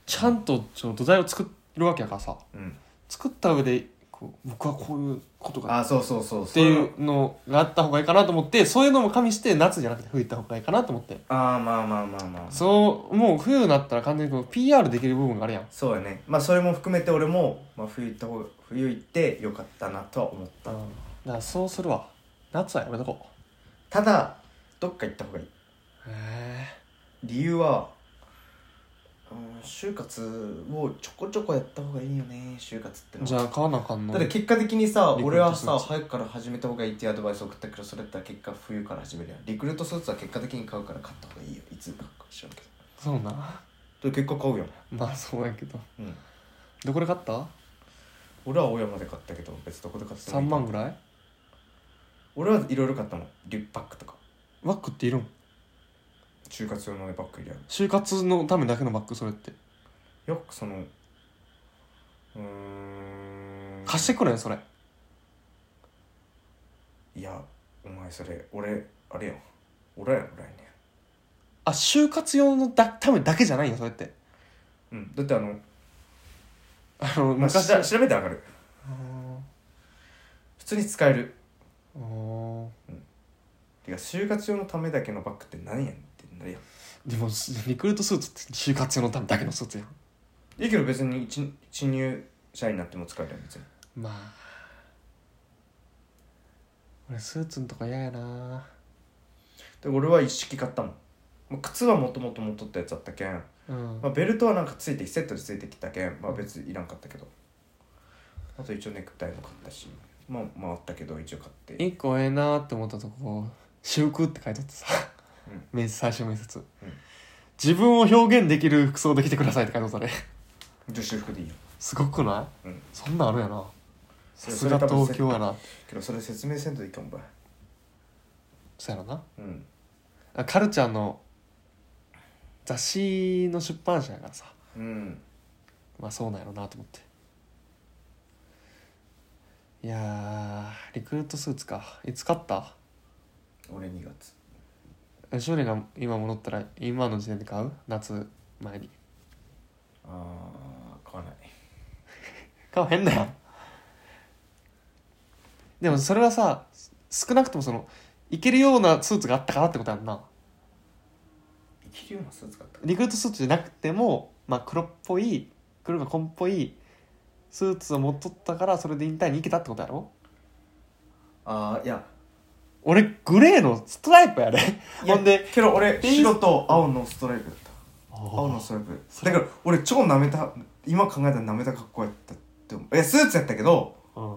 A: ちゃんとその土台を作るわけやからさ
B: うん、
A: 作った上でこう僕はこういうことが
B: あそうそうそう
A: っ
B: そ
A: て
B: れ
A: い
B: は
A: うのがあった方がいいかなと思ってそういうのも加味して夏じゃなくて冬行った方がいいかなと思って
B: ああまあまあまあまあそ
A: そうもう冬になったら完全にこう PR できる部分があるやん
B: うやねまあそれも含めて俺も、まあ、冬行った方が冬行ってよかったなとは思った
A: だからそうするわ夏はやめとこう
B: ただどっか行った方がいい
A: へ
B: 理由はうん就活をちょこちょこやった方がいいよね就活って
A: え
B: のは
A: じゃあ買わなあかんの
B: だって結果的にさ
A: リクル
B: 俺
A: ー
B: は
A: トスーツ
B: さ早くから始めた方がいいっていうアドバイスを送ったけどそれだったら結果冬から始めるやんリクルートスーツは結果的に買うから買った方がいいよいつ買うか知らんけ
A: そう な
B: どで結果買うよ、
A: まあそうやけど
B: うん、
A: どこで買った
B: 俺は青山で買ったけど別にどこで買っても
A: 3
B: いい
A: 万ぐらい
B: 俺はいろいろ買ったもんリュックパックとか
A: バッグっているん
B: 就活用のねバッグ入れある
A: 就活のためだけのバッグそれって
B: よくそのうーん
A: 貸してくれんそれ
B: いやお前それ俺あれやん俺らやろ来年
A: あ就活用のだためだけじゃないよそれって
B: うんだってあの、
A: あの
B: まあ、
A: 昔
B: しら調べて上がる普通に使える
A: あー
B: てか就活用のためだけのバッグって何やねんってなるやん
A: でもリクルートスーツって就活用のためだけのスーツやん
B: いいけど別に一新入社員になっても使えるやん別に
A: まあ俺スーツんとか嫌やな
B: で俺は一式買ったもんもう靴はもともと持っとったやつだったけん、
A: うん
B: まあ、ベルトはなんかついてきセットでついてきたけん、まあ、別にいらんかったけどあと一応ネクタイも買ったしまあ回ったけど一応買って
A: 一個ええなって思ったとこ「修復」って書いてあってさ、
B: うん
A: 面接最初面接、
B: うん
A: 自分を表現できる服装で来てくださいって書いてあったね
B: 女子服でいいよ
A: すごくない
B: うん
A: そんなんあるやな
B: そ
A: さ
B: れ
A: すが東京や
B: な
A: な
B: けどそれ説明せんといかんばい
A: そうやろな
B: うん
A: あカルチャーの雑誌の出版社やからさ
B: うん
A: まあそうなんやろなと思っていやーリクルートスーツかいつ買った
B: 俺2月
A: 勝利が今戻ったら今の時点で買う夏前に
B: ああ買わない
A: 顔変だよでもそれはさ少なくともそのいけるようなスーツがあったからってことやんな
B: 生きるようなスーツ買った
A: リクルートスーツじゃなくても、まあ、黒っぽい黒が紺っぽいスーツを持っとったからそれで引退に行けたってことやろ
B: ああいや
A: 俺グレーのストライプやで、
B: いや
A: ほんで
B: けど俺
A: ピン
B: 白と青のストライプだった青の
A: あ
B: ストライプだから俺超なめた今考えたらなめた格好やったって思ういやスーツやったけど
A: うん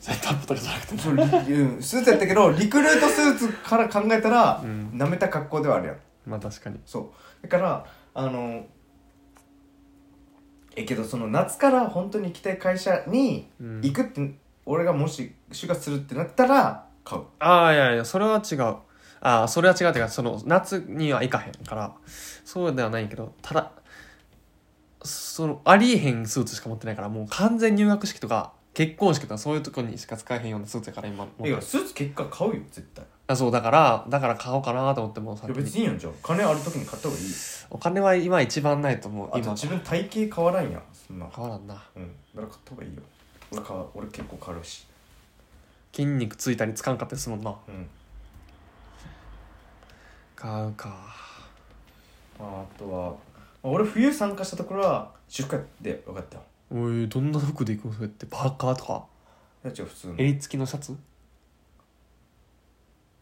A: セットアップとかじゃなくて
B: そうリうんスーツやったけどリクルートスーツから考えたら
A: うん
B: なめた格好ではあるやん
A: まあ確かに
B: そうだからあのえけどその夏から本当に行きたい会社に
A: うん
B: 行くって、俺がもし就活するってなったら買う
A: ああいやいやそれは違うああそれは違うっていうかその夏には行かへんからそうではないけどただそのありえへんスーツしか持ってないからもう完全入学式とか結婚式とかそういうとこにしか使えへんようなスーツやから今持って
B: い
A: る
B: やスーツ結果買うよ絶対
A: あそうだからだから買おうかなと思ってもう
B: い
A: 先
B: や
A: に
B: 別にいいやんじゃあ金ある時に買った方がいい
A: お金は今一番ないと思う
B: あと
A: 今
B: 自分体型変わらんやんそんな
A: 変わらんな
B: うんだから買った方がいいよ俺か俺結構軽いし
A: 筋肉ついたりつかんかったりするもんな
B: うん
A: 買うか
B: ああとはまあ俺冬参加したところは私服で分かったよ
A: おいどんな服で行くのそれってパーカーとか
B: いや違う普通のいや
A: 襟付きのシャツ
B: ちょっ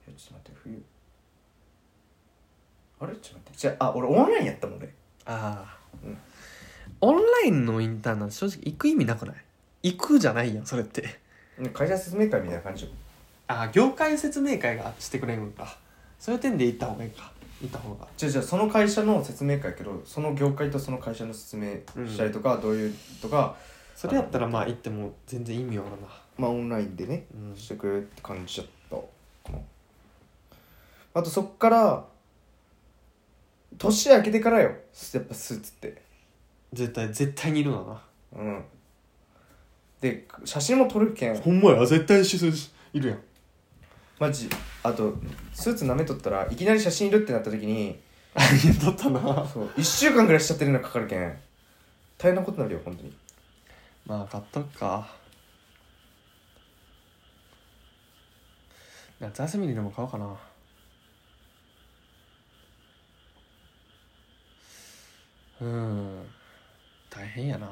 B: と待って冬あれちょっと待ってじゃああ俺オンラインやったもん俺
A: ああ、
B: うん
A: オンラインのインターンなんて正直行く意味なくない行くじゃないやんそれって
B: うん会社説明会みたいな感じよ
A: ああ業界説明会がしてくれるのかそういう点で行った方がいいか行った方が
B: じゃあじゃあその会社の説明会やけどその業界とその会社の説明したりとか、どういうとか
A: それやったらまあ行っても全然意味わからんな
B: まあオンラインでね
A: うん
B: してくれるって感じだったかなあとそっから年明けてからよやっぱスーツって
A: 絶対絶対にいるのな
B: うんで写真も撮るけん
A: ほんまや絶対しいるやん
B: マジあとスーツ舐めとったらいきなり写真いるってなった時に
A: あ だったな
B: そう1週間ぐらいしちゃってるのかかるけん大変なことになるよ本当に
A: まあ買っとくか夏休みにでも買おうかなうん大変やな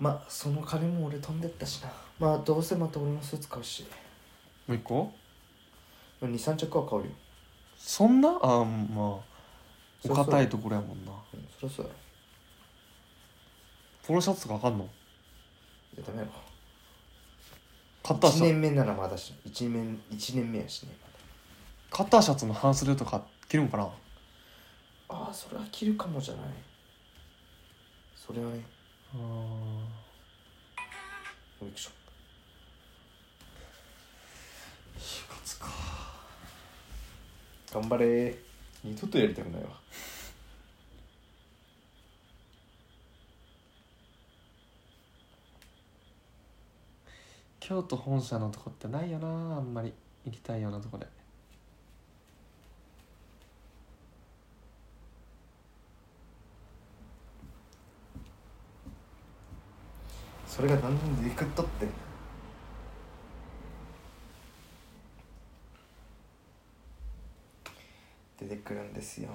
B: まあその金も俺飛んでったしなまあどうせまた俺もスーツ買うし
A: もう一個
B: 23着は買うよ
A: そんなあまあ
B: そう
A: お
B: そう
A: 堅いところやもんな
B: うんそりゃそうや
A: ポロシャツとかあかんの
B: いやダメやろ
A: カッター
B: 1
A: シャツ
B: 年目ならまだし1年 ,1 年目やしね
A: カッターシャツの半袖とか着るんかな
B: ああそれは着るかもじゃないそれはねおいくしょ
A: 就活か
B: 頑張れー二度とやりたくないわ
A: 京都本社のとこってないよなあんまり行きたいようなとこで
B: それがだんだん出てくっとって出てくるんですよ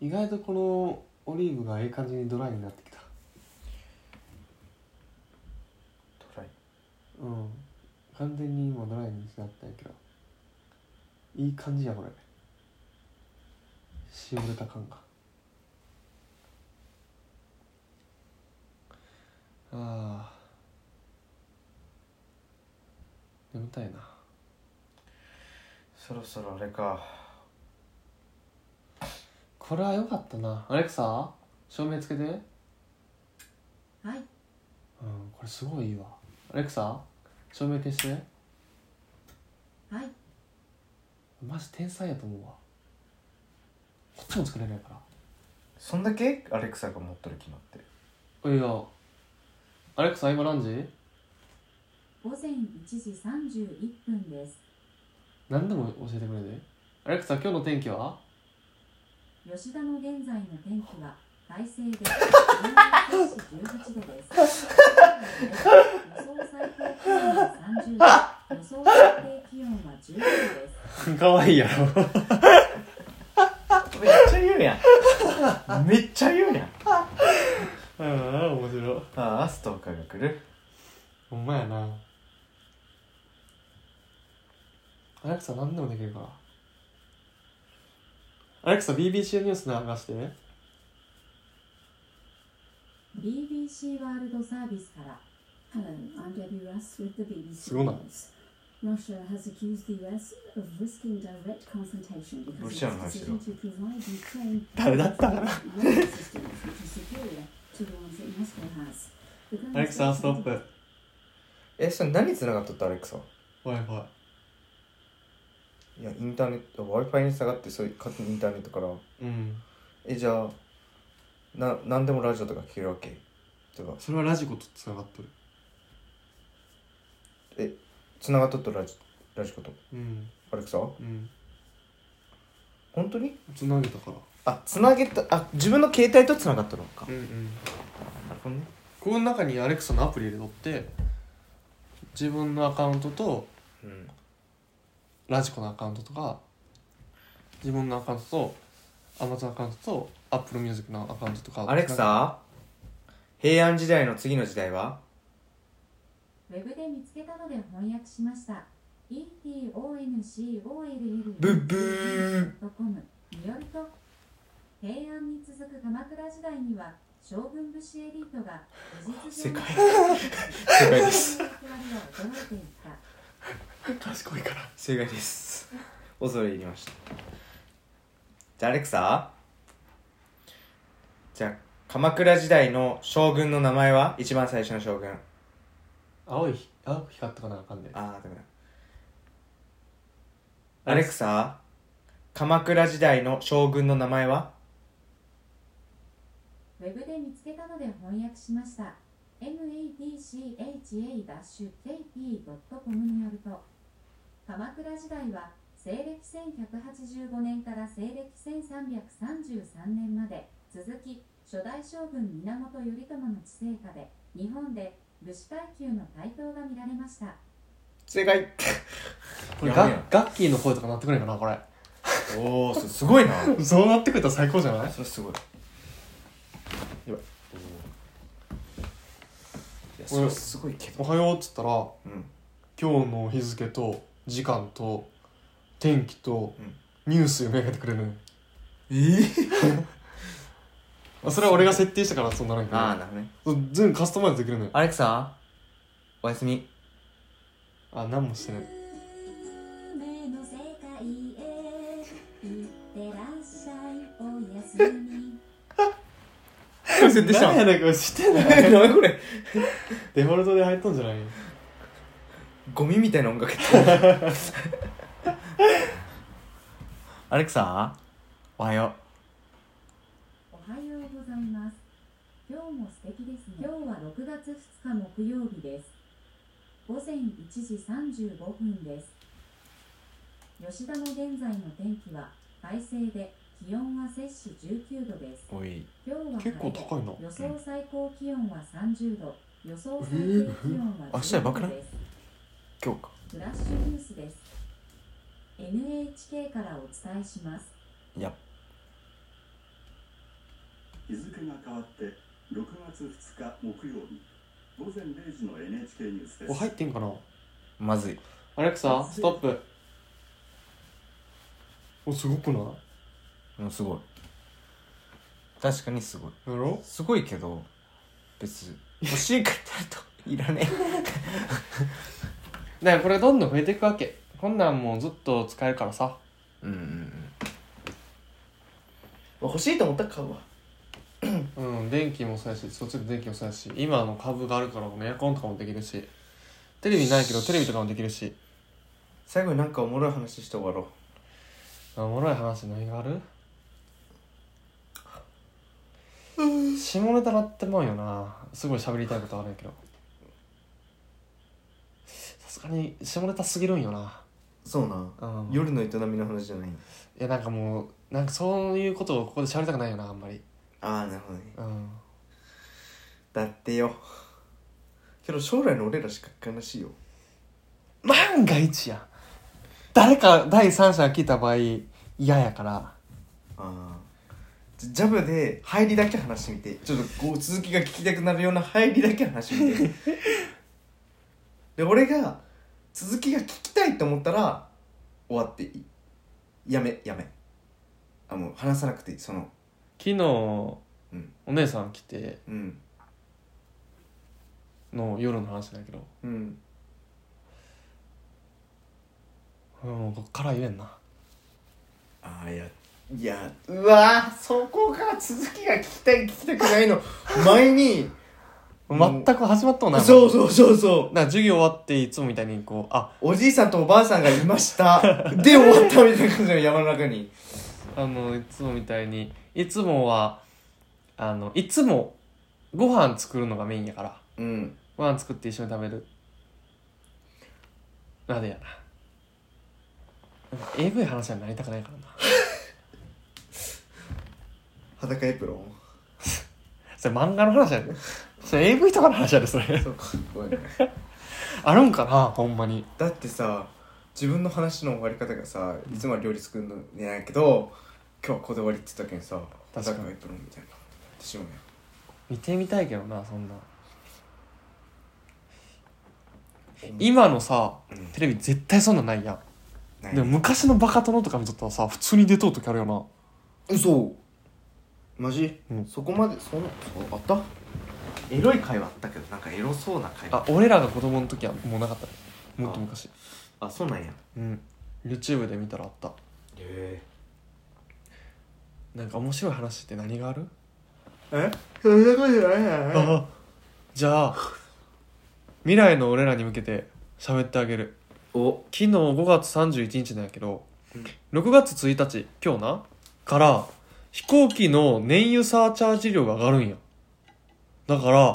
A: 意外とこのオリーブがええ感じにドライになってきた
B: トライ
A: うん完全に今ドライになったんやけどいい感じやこれしおれた感がああ眠たいな
B: そろそろあれか
A: これは良かったなアレクサ照明つけてはいうんこれすごいいいわアレクサ照明消してはいマジ天才やと思うわこっちも作れないか
B: そんだけアレクサが持っとる気になって
A: らいやアレクサ今何時
C: 午前1時31分です。
A: 何でも教えてくれるアレクサ今日の天気 は
C: 吉田の現在の天気は快晴で18度です。予想最高気温は30度、予想最低気温は15度です。
A: 可愛いやろ
B: めっちゃ言うや んめっちゃ言うやん
A: うん面白い
B: ああストーカーが来る
A: ほんまやなアレクサ何でもできるからアレクサ BBC ニュース流して
C: BBC ワールドサービスから。Hello, I'm Debbie Russ with the BBC
A: すごない
C: News. Russia has accused the US of risking direct confrontation because of its decision to provide Ukraine with weapons systems which are superior to the ones that Moscow has. The
A: アレクサストップ
B: えそれ何繋がっとったアレクサ
A: w i f i
B: いやインターネット w i f i に下がってそういう勝手にインターネットから
A: うん
B: えじゃあな何でもラジオとか聞けるわけとか
A: それはラジコとつながっとる
B: 繋がっとっとラジラジコと
A: うん
B: アレクサ
A: うん
B: 本当に
A: つなげたから
B: あ繋げたあ自分の携帯と繋がっとるのか
A: うんうん
B: なるほどね
A: この中にアレクサのアプリ入れとって自分のアカウントと
B: うん
A: ラジコのアカウントとか自分のアカウントとアマゾンアカウントとアップルミュージックのアカウントとか
B: アレクサ平安時代の次の時代は
C: ウェブで見つけたので翻訳しました。e t o n c o l l
B: ブッブー
C: ドコムによると平安に続く鎌倉時代には将軍武士エリートが事実上の
B: 世
C: 世
B: 正解
C: 界
B: で
C: の
B: す
C: 役割を驚いていた
A: 賢いから
B: 正解です恐れ入りましたじゃあアレクサじゃあ鎌倉時代の将軍の名前は一番最初の将軍
A: 青い青く光ったかなあかんね
B: ああダメだアレクサ鎌倉時代の将軍の名前は
C: ウェブで見つけたので翻訳しました natcha-jp.com によると鎌倉時代は西暦1185年から西暦1333年まで続き初代将軍源頼朝の治世下で日本で武士階級の台頭が見られました
B: 正解
A: これ
B: やばい
A: ガ
B: や
A: ガッキーの声とかなってくれんかなこれ
B: おおすごいな
A: そうなってくれたら最高じゃない
B: それすごいやばいいやそれすごいけ
A: お
B: ど
A: はようっつったら
B: うん
A: 今日の日付と時間と天気と
B: うん
A: ニュース読み上げてくれるね
B: ええ
A: あそれは俺が設定したからそうなるん
B: ああ
A: や
B: なるほどね
A: けど全部カスタマイズできるね
B: アレクサおやす み
A: あ何もしてない
C: 夢の世界へ行ってらっしゃいおやすみ
B: 設定した
A: 何や
B: の
A: ねんこれしてない
B: 何これ
A: デフォルトで入っとんじゃない
B: ゴミみたいな音楽やって るアレクサおはよ
C: おはようございます。今日も素敵ですね。今日は6月2日木曜日です。午前1時35分です。吉田の現在の天気は快晴で気温は摂氏19度です。
B: うおい
C: 今日は晴れ
A: 結構高いな
C: 予想最高気温は30度。予想最低気温は
B: 明日やば
C: 10
B: く
C: 度
B: ない
C: です。
B: 今日か
C: フラッシュニュースです。NHK からお伝えします。
B: いや
D: 日付が変わって6月2日木曜日午前0時の NHK ニュースです
A: これ入ってんかな
B: まずい
A: アレクサストップおすごくない
B: うんすごい確かにすごい
A: やろ
B: すごいけど別に欲しいかってなるといらね
A: だからこれどんどん増えていくわけこんなんもうずっと使えるからさ
B: えうんうんうん欲しいと思ったら買うわ
A: うん電気もそうやしそっちの電気もそうやし今の株があるからこのエアコンとかもできるしテレビないけどテレビとかもできるし
B: 最後になんかおもろい話して終わろう
A: あおもろい話何がある下ネタなってもんよなすごい喋りたいことあるんやけどさすがに下ネタすぎるんよな
B: そうな
A: うん
B: 夜の営みの話じゃない
A: いやなんかもうなんかそういうことをここで喋りたくないよなあんまり
B: ああなるほどね
A: うん
B: だってよけど将来の俺らしか悲しいよ
A: 万が一や誰か第三者が聞いた場合嫌やから
B: あージャブで入りだけ話してみてちょっとこう続きが聞きたくなるような入りだけ話してみてで俺が続きが聞きたいと思ったら終わっていいやめやめあもう話さなくていいその
A: 昨日、お
B: ん
A: 姉さん来て
B: うん
A: の夜の話だけど
B: うん
A: うんこっから言えんな
B: ああいやいやうわーそこが続きが聞きたい聞きたくないの前に
A: 全く始まっとうないもん
B: そうそうそうそう
A: だから授業終わっていつもみたいにこうあ
B: おじいさんとおばあさんがいま した。で、終わったみたいな感じの山の中に。
A: あのいつもみたいにいつもはあのいつもご飯作るのがメインやから
B: うん。
A: ご飯作って一緒に食べるなんでやななんか AV 話にはなりたくないからな
B: 裸エプロ ン。
A: それ漫画の話やでそれ AV とかの話やでそれ
B: そうか、ごめん。
A: あるんかなほんまに
B: だってさ、自分の話の終わり方がさ、いつもは料理作るのじゃないけど、今日はこだわりって言ったけんさ、
A: 確かに
B: 裸エプロンみたいな。ってしまうね。
A: 見てみたいけどなそんな今のさ
B: うん
A: テレビ絶対そんなんないやん
B: ない
A: でも昔のバカ殿とか見とったらさ普通に出とう時あるよな
B: 嘘マジ、
A: うん
B: そこまで、そんな、そうあったエロい会話あったけど、なんかエロそうな会
A: あ俺らが子供の時はもうなかったねもっと昔
B: あ、そうなんや。
A: うん YouTube で見たらあった
B: へ
A: なんか面白い話って何がある
B: え。えそんなことないや
A: あじゃあ未来の俺らに向けて喋ってあげる
B: お、
A: 昨日5月31日なんやけど、
B: うん
A: 6月1日今日なから飛行機の燃油サーチャージ料が上がるんやだから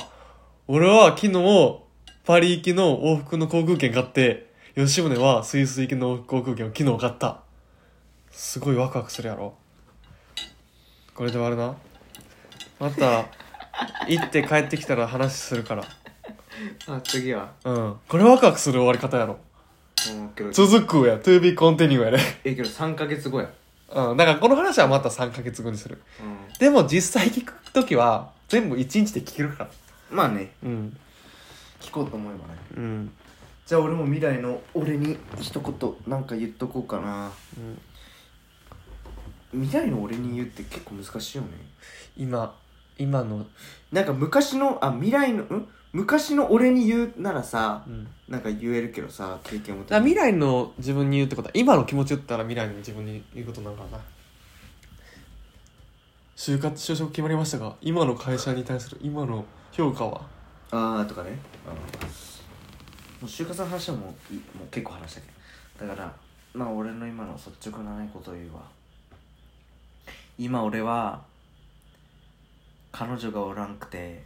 A: 俺は昨日パリ行きの往復の航空券買って吉宗はスイス行きの航空券を昨日買ったすごいワクワクするやろこれで終わるなまた行って帰ってきたら話するから
B: あ、次は。
A: うんこれワクワクする終わり方やろ
B: うん、けど
A: 続くや To be continue やね
B: ええけど3か月後や
A: うん、だからこの話はまた3ヶ月後にする。
B: う
A: でも実際聞くときは、全部1日で聞けるから。
B: んまあね
A: うん。
B: 聞こうと思えばね
A: うん。
B: じゃあ俺も未来の俺に一言なんか言っとこうかな
A: うん、
B: 未来の俺に言うって結構難しいよね
A: 今、今の、
B: なんか昔のあ未来のん昔の俺に言うならさ
A: うん。
B: なんか言えるけどさ経験も
A: だから未来の自分に言うってことは、今の気持ち言ったら未来の自分に言うことになるからな。就活、就職決まりましたが、今の会社に対する今の評価は
B: ああとかねあのもう就活の話はもういもう結構話したけどだからまあ俺の今の率直なねことを言うわ今俺は彼女がおらんくて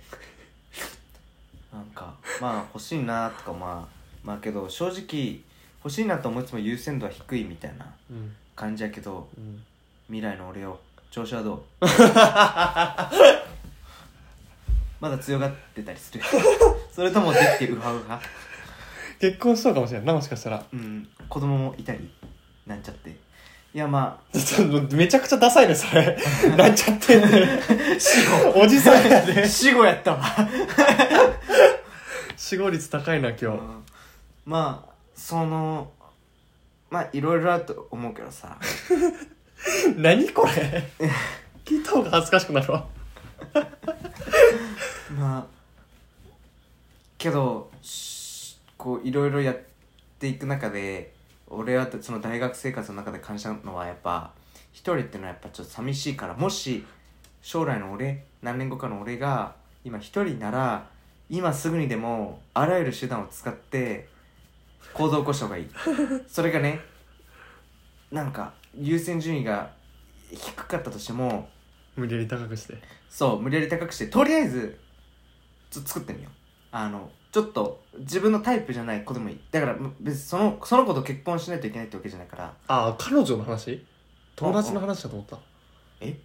B: なんかまあ欲しいなとかまあまあけど正直欲しいなと思いつも優先度は低いみたいな
A: うん。
B: 感じやけど
A: うん。
B: 未来の俺よ調子は どうまだ強がってたりするそれともできてウハウハ
A: 結婚しそうかもしれんな、もしかしたら。
B: うん子供もいたりなんちゃっていやまあ
A: ちょっとめちゃくちゃダサいね、そ れ。なっちゃってんね。 おじさんやで。
B: 死後やったわ、
A: 死亡率高いな、
B: う
A: 今日。
B: んまあそのまあいろいろあると思うけどさ
A: 何これ聞いた方が恥ずかしくなるわ
B: まあけどしこういろいろやっていく中で俺はその大学生活の中で感じたのはやっぱ一人ってのはやっぱちょっと寂しいからもし将来の俺何年後かの俺が今一人なら今すぐにでもあらゆる手段を使って行動を起こした方がいいそれがねなんか優先順位が低かったとしても
A: 無理やり高くして
B: そう無理やり高くしてとりあえずちょ作ってみようあのちょっと自分のタイプじゃない子でもいいだからむ別にそのその子と結婚しないといけないってわけじゃないから
A: ああ彼女の話友達の話だと思った
B: え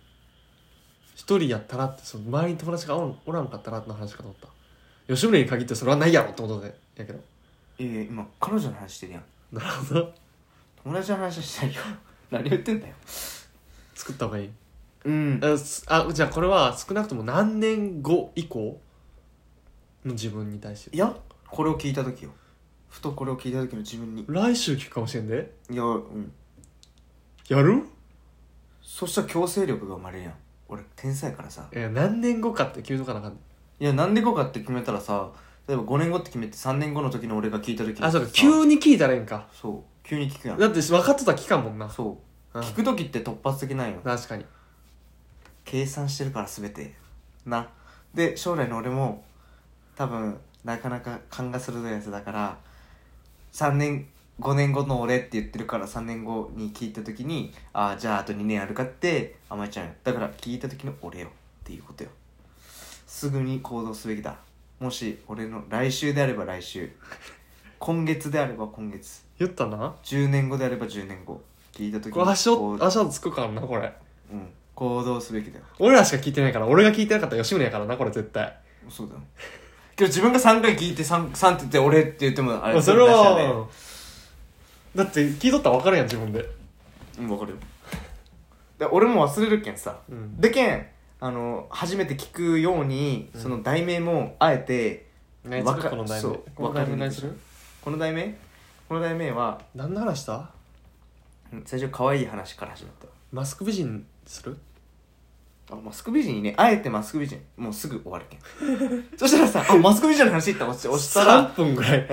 A: 一人やったらってその周りに友達がおらんおらんかったらって話かと思った吉宗に限ってそれはないやろってことでやけど
B: いやいや今彼女の話してるやん
A: なるほど
B: 同じ話したいよ 何言ってんだよ
A: 作った方がいい
B: うん
A: あすあじゃあこれは少なくとも何年後以降の自分に対して
B: いやこれを聞いた時よふとこれを聞いた時の自分に
A: 来週聞くかもしれんで
B: いやうん
A: やる
B: そしたら強制力が生まれるやん俺天才やからさ
A: え何年後かって決めとかなあかんね
B: いや何年後かって決めたらさ例えば5年後って決めて3年後の時の俺が聞いた時に
A: あそうか
B: さ
A: 急に聞いたらええんか
B: そう急に聞くやん
A: だって分かってたら聞かんもんな、
B: そう
A: うん
B: 聞く時って突発的なんよ
A: 確かに
B: 計算してるから全てなで将来の俺も多分なかなか勘が鋭いやつだから3年5年後の俺って言ってるから3年後に聞いた時にああじゃああと2年あるかって甘えちゃうよだから聞いた時の俺よっていうことよすぐに行動すべきだもし俺の来週であれば来週今月であれば今月
A: 言ったな
B: 10年後であれば10年後聞いた時
A: これ足
B: こ
A: 音
B: う
A: 足音つくからなこれ
B: うん、行動すべきだよ
A: 俺らしか聞いてないから俺が聞いてなかったら吉村やからなこれ絶対
B: そうだよ。今日自分が3回聞いて 3, 3って言って俺って言ってもあれ
A: それ
B: 出し
A: は、
B: たね
A: だって聞いとったら分かるやん自分で
B: うん分かるよで俺も忘れるけんさ、
A: うん
B: でけんあの初めて聞くように、
A: うん
B: その題名もあえて
A: 何
B: わ
A: す
B: か
A: るこの題
B: そ
A: 名
B: う
A: この題名何す
B: わ
A: る
B: かこの題名この題名は
A: 何の話した
B: うん最初可愛い話から始まっ
A: マスク美人する
B: たあマスク美人にねあえてマスク美人もうすぐ終わるけんそしたらさあマスク美人の話って押し押したら
A: 3分ぐら い、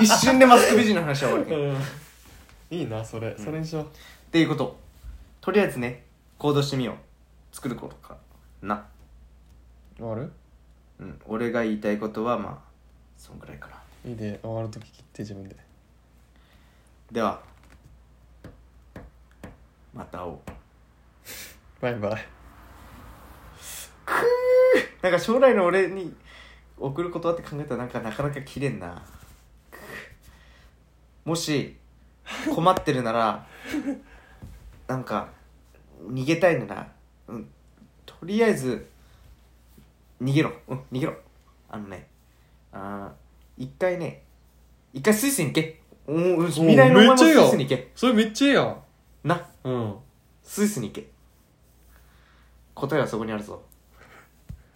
B: 一瞬でマスク美人の話は終わるけん
A: いいなそれ、それにしよう
B: っていうこととりあえずね行動してみよう作ることからな、
A: 終わる
B: うん、俺が言いたいことはまあそんぐらいかない
A: いで終わるとき切って自分で
B: ではまた会おう
A: バイバイ
B: なんか将来の俺に送ることはって考えたらなんかなかなか綺麗なくもし困ってるならなんか逃げたいなら、うん、とりあえず逃げろうん逃げろあのねあー一回ね一回スイスに行けおー未来のお前もスイスに行け
A: それめっちゃええやん
B: な
A: うん
B: スイスに行け答えはそこにあるぞ